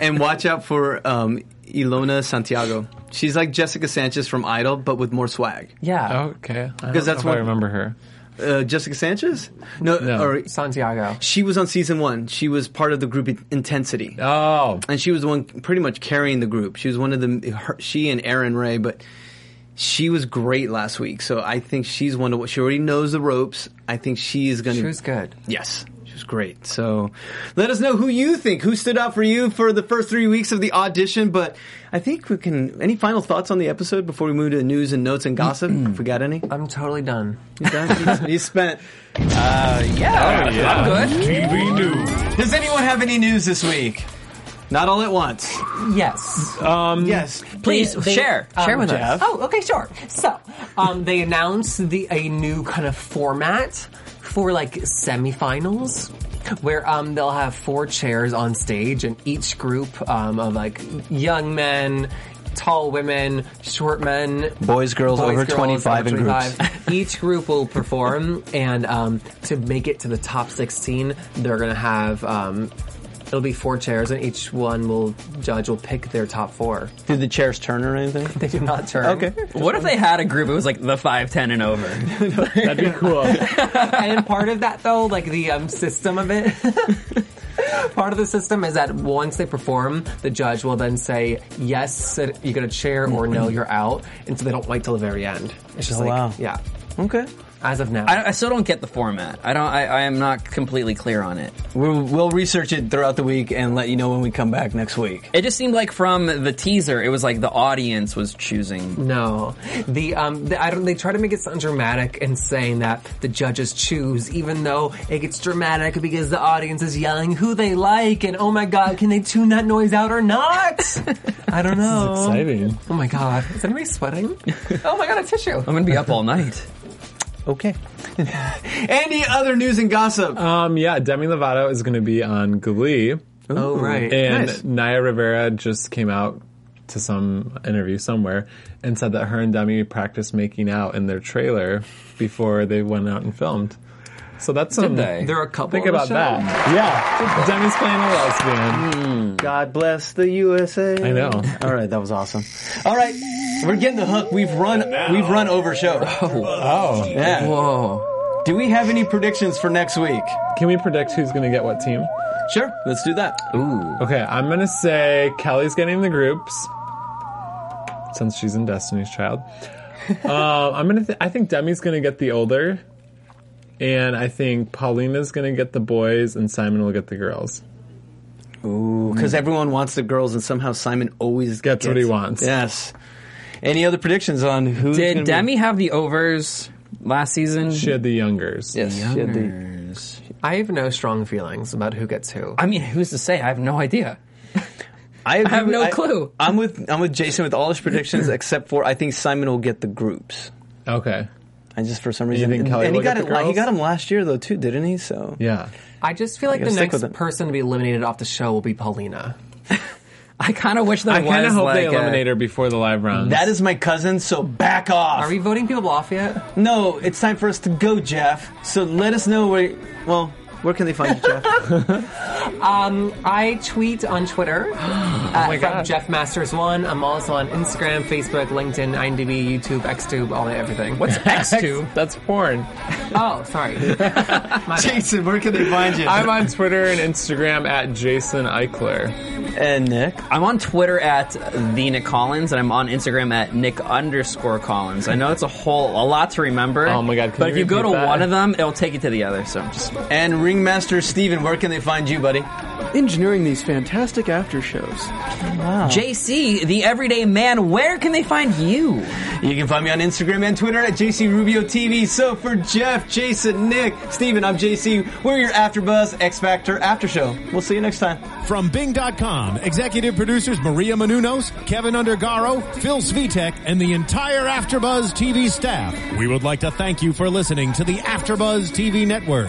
[SPEAKER 6] And watch out for um, Ilona Santiago. She's like Jessica Sanchez from Idol, but with more swag.
[SPEAKER 5] Yeah.
[SPEAKER 3] okay.
[SPEAKER 6] Because
[SPEAKER 3] Because
[SPEAKER 6] that's
[SPEAKER 3] that's
[SPEAKER 6] what-
[SPEAKER 3] I remember her.
[SPEAKER 6] Uh, Jessica Sanchez? No, or
[SPEAKER 5] Santiago.
[SPEAKER 6] she was on season one. She was part of the group Intensity.
[SPEAKER 3] Oh,
[SPEAKER 6] and she was the one pretty much carrying the group. She was one of the her, she and Aaron Ray, but she was great last week. So I think she's one of she already knows the ropes. I think she is going to.
[SPEAKER 5] She was good.
[SPEAKER 6] Yes, she was great. So let us know who you think who stood out for you for the first three weeks of the audition. But I think we can. Any final thoughts on the episode before we move to news and notes and gossip? if we got any?
[SPEAKER 5] I'm totally done.
[SPEAKER 6] He's, he's spent. uh,
[SPEAKER 4] I'm good.
[SPEAKER 7] TV News.
[SPEAKER 6] Does anyone have any news this week? Not all at once.
[SPEAKER 5] Yes.
[SPEAKER 6] yes.
[SPEAKER 4] Please
[SPEAKER 5] They-
[SPEAKER 4] share.
[SPEAKER 5] um,
[SPEAKER 4] share with us.
[SPEAKER 5] Oh, okay, sure. So, um, they announced the a new kind of format for like semifinals, where um, they'll have four chairs on stage, and each group um, of like young men, tall women, short men,
[SPEAKER 6] Boys, girls over 25 in groups.
[SPEAKER 5] Each group will perform, and um, to make it to the top 16, they're going to have. Um, It'll be four chairs, and each one will judge will pick their top four.
[SPEAKER 6] Did the chairs turn or anything?
[SPEAKER 5] They do not turn.
[SPEAKER 6] Okay.
[SPEAKER 4] What if they had a group? It was like the five, ten, and over.
[SPEAKER 3] that'd be cool.
[SPEAKER 5] and part of that though, like the um, system of it. Part of the system is that once they perform, the judge will then say yes, you get a chair, or no, you're out, and so they don't wait till the very end. It's just
[SPEAKER 6] Oh,
[SPEAKER 5] like,
[SPEAKER 6] wow.
[SPEAKER 5] yeah,
[SPEAKER 6] Okay.
[SPEAKER 5] as of now.
[SPEAKER 4] I, I still don't get the format. I don't. I, I am not completely clear on it.
[SPEAKER 6] We'll, we'll research it throughout the week and let you know when we come back next week.
[SPEAKER 4] It just seemed like from the teaser, it was like the audience was choosing.
[SPEAKER 5] no, the um, the, I don't. They try to make it sound dramatic and saying that the judges choose, even though it gets dramatic because the audience is yelling who they like, and oh my god, can they tune that noise out or not? I don't know.
[SPEAKER 3] Exciting.
[SPEAKER 5] Oh my god, is anybody sweating? oh my god, a tissue.
[SPEAKER 4] I'm gonna be up all night.
[SPEAKER 6] Okay. Any other news and gossip?
[SPEAKER 3] Um, yeah, Demi Lovato is going to be on Glee,
[SPEAKER 5] Oh right.
[SPEAKER 3] and
[SPEAKER 6] nice.
[SPEAKER 3] Naya Rivera just came out to some interview somewhere and said that her and Demi practiced making out in their trailer before they went out and filmed. So that's some.
[SPEAKER 4] they?
[SPEAKER 5] They're a couple.
[SPEAKER 3] Think
[SPEAKER 5] on the
[SPEAKER 3] about
[SPEAKER 5] show.
[SPEAKER 3] that. Yeah, Demi's playing a lesbian.
[SPEAKER 6] God bless the USA.
[SPEAKER 3] I know.
[SPEAKER 6] All right, that was awesome. All right, we're getting the hook. We've run. We've run over show.
[SPEAKER 3] Oh,
[SPEAKER 6] Yeah.
[SPEAKER 4] Whoa.
[SPEAKER 6] Do we have any predictions for next week?
[SPEAKER 3] can we predict who's going to get what team?
[SPEAKER 6] Sure. Let's do that.
[SPEAKER 4] Ooh.
[SPEAKER 3] Okay, I'm gonna say Kelly's getting the groups since she's in Destiny's Child. um, I'm gonna. Th- I think Demi's gonna get the older, and I think Paulina's gonna get the boys, and Simon will get the girls.
[SPEAKER 6] Because everyone wants the girls, and somehow Simon always
[SPEAKER 3] Gets what he wants.
[SPEAKER 6] Yes. Any other predictions on who
[SPEAKER 4] Did Demi have the overs last season?
[SPEAKER 3] She had the youngers.
[SPEAKER 6] Yes. she had the-
[SPEAKER 4] Youngers.
[SPEAKER 5] I have no strong feelings about who gets who.
[SPEAKER 4] I mean, who's to say? I have no idea.
[SPEAKER 6] I, agree
[SPEAKER 4] have
[SPEAKER 6] with-
[SPEAKER 4] no clue.
[SPEAKER 6] I'm with I'm with Jason with all his predictions except for I think Simon will get the groups.
[SPEAKER 3] Okay.
[SPEAKER 6] I just for some reason
[SPEAKER 3] think Kelly
[SPEAKER 6] and he
[SPEAKER 3] will get
[SPEAKER 6] got
[SPEAKER 3] the
[SPEAKER 6] it la- he
[SPEAKER 3] girls?
[SPEAKER 6] got him last year though too, didn't he? So
[SPEAKER 3] Yeah.
[SPEAKER 5] I just feel like
[SPEAKER 6] I
[SPEAKER 5] the
[SPEAKER 6] guess stick with
[SPEAKER 5] next
[SPEAKER 6] it.
[SPEAKER 5] person to be eliminated off the show will be Paulina.
[SPEAKER 4] I kind of wish there
[SPEAKER 3] I
[SPEAKER 4] was
[SPEAKER 3] kind of hope
[SPEAKER 4] like
[SPEAKER 3] they eliminate her before the live rounds.
[SPEAKER 6] that is my cousin, so back off.
[SPEAKER 5] Are we voting people off yet?
[SPEAKER 6] no, it's time for us to go, Jeff. So let us know where well, where can they find you, Jeff?
[SPEAKER 5] I tweet on Twitter
[SPEAKER 6] Oh
[SPEAKER 5] at from Jeff Masters One. I'm also on Instagram, Facebook, LinkedIn, IMDb, YouTube, XTube, all that everything. What's
[SPEAKER 3] X2. That's porn.
[SPEAKER 5] oh, sorry.
[SPEAKER 6] Jason, where can they find you?
[SPEAKER 3] I'm on Twitter and Instagram at Jason Eichler.
[SPEAKER 6] and Nick.
[SPEAKER 4] I'm on Twitter at the Nick Collins, and I'm on Instagram at Nick underscore Collins. I know it's a whole a lot to remember.
[SPEAKER 3] Oh my God, can
[SPEAKER 4] But
[SPEAKER 3] you
[SPEAKER 4] if you go to
[SPEAKER 3] repeat that?
[SPEAKER 4] one of them, it'll take you to the other. So just
[SPEAKER 6] And Ringmaster Steven, where can they find you, buddy?
[SPEAKER 8] engineering these fantastic after shows.
[SPEAKER 4] JC, the everyday man, where can they find you?
[SPEAKER 2] You can find me on Instagram and Twitter at JCRubioTV. So for Jeff, Jason, Nick, Steven, I'm JC. We're your AfterBuzz X Factor After Show. We'll see you next time.
[SPEAKER 1] From Bing.com, executive producers Maria Manunos, Kevin Undergaro, Phil Svitek, and the entire Afterbuzz TV staff. We would like to thank you for listening to the Afterbuzz TV network.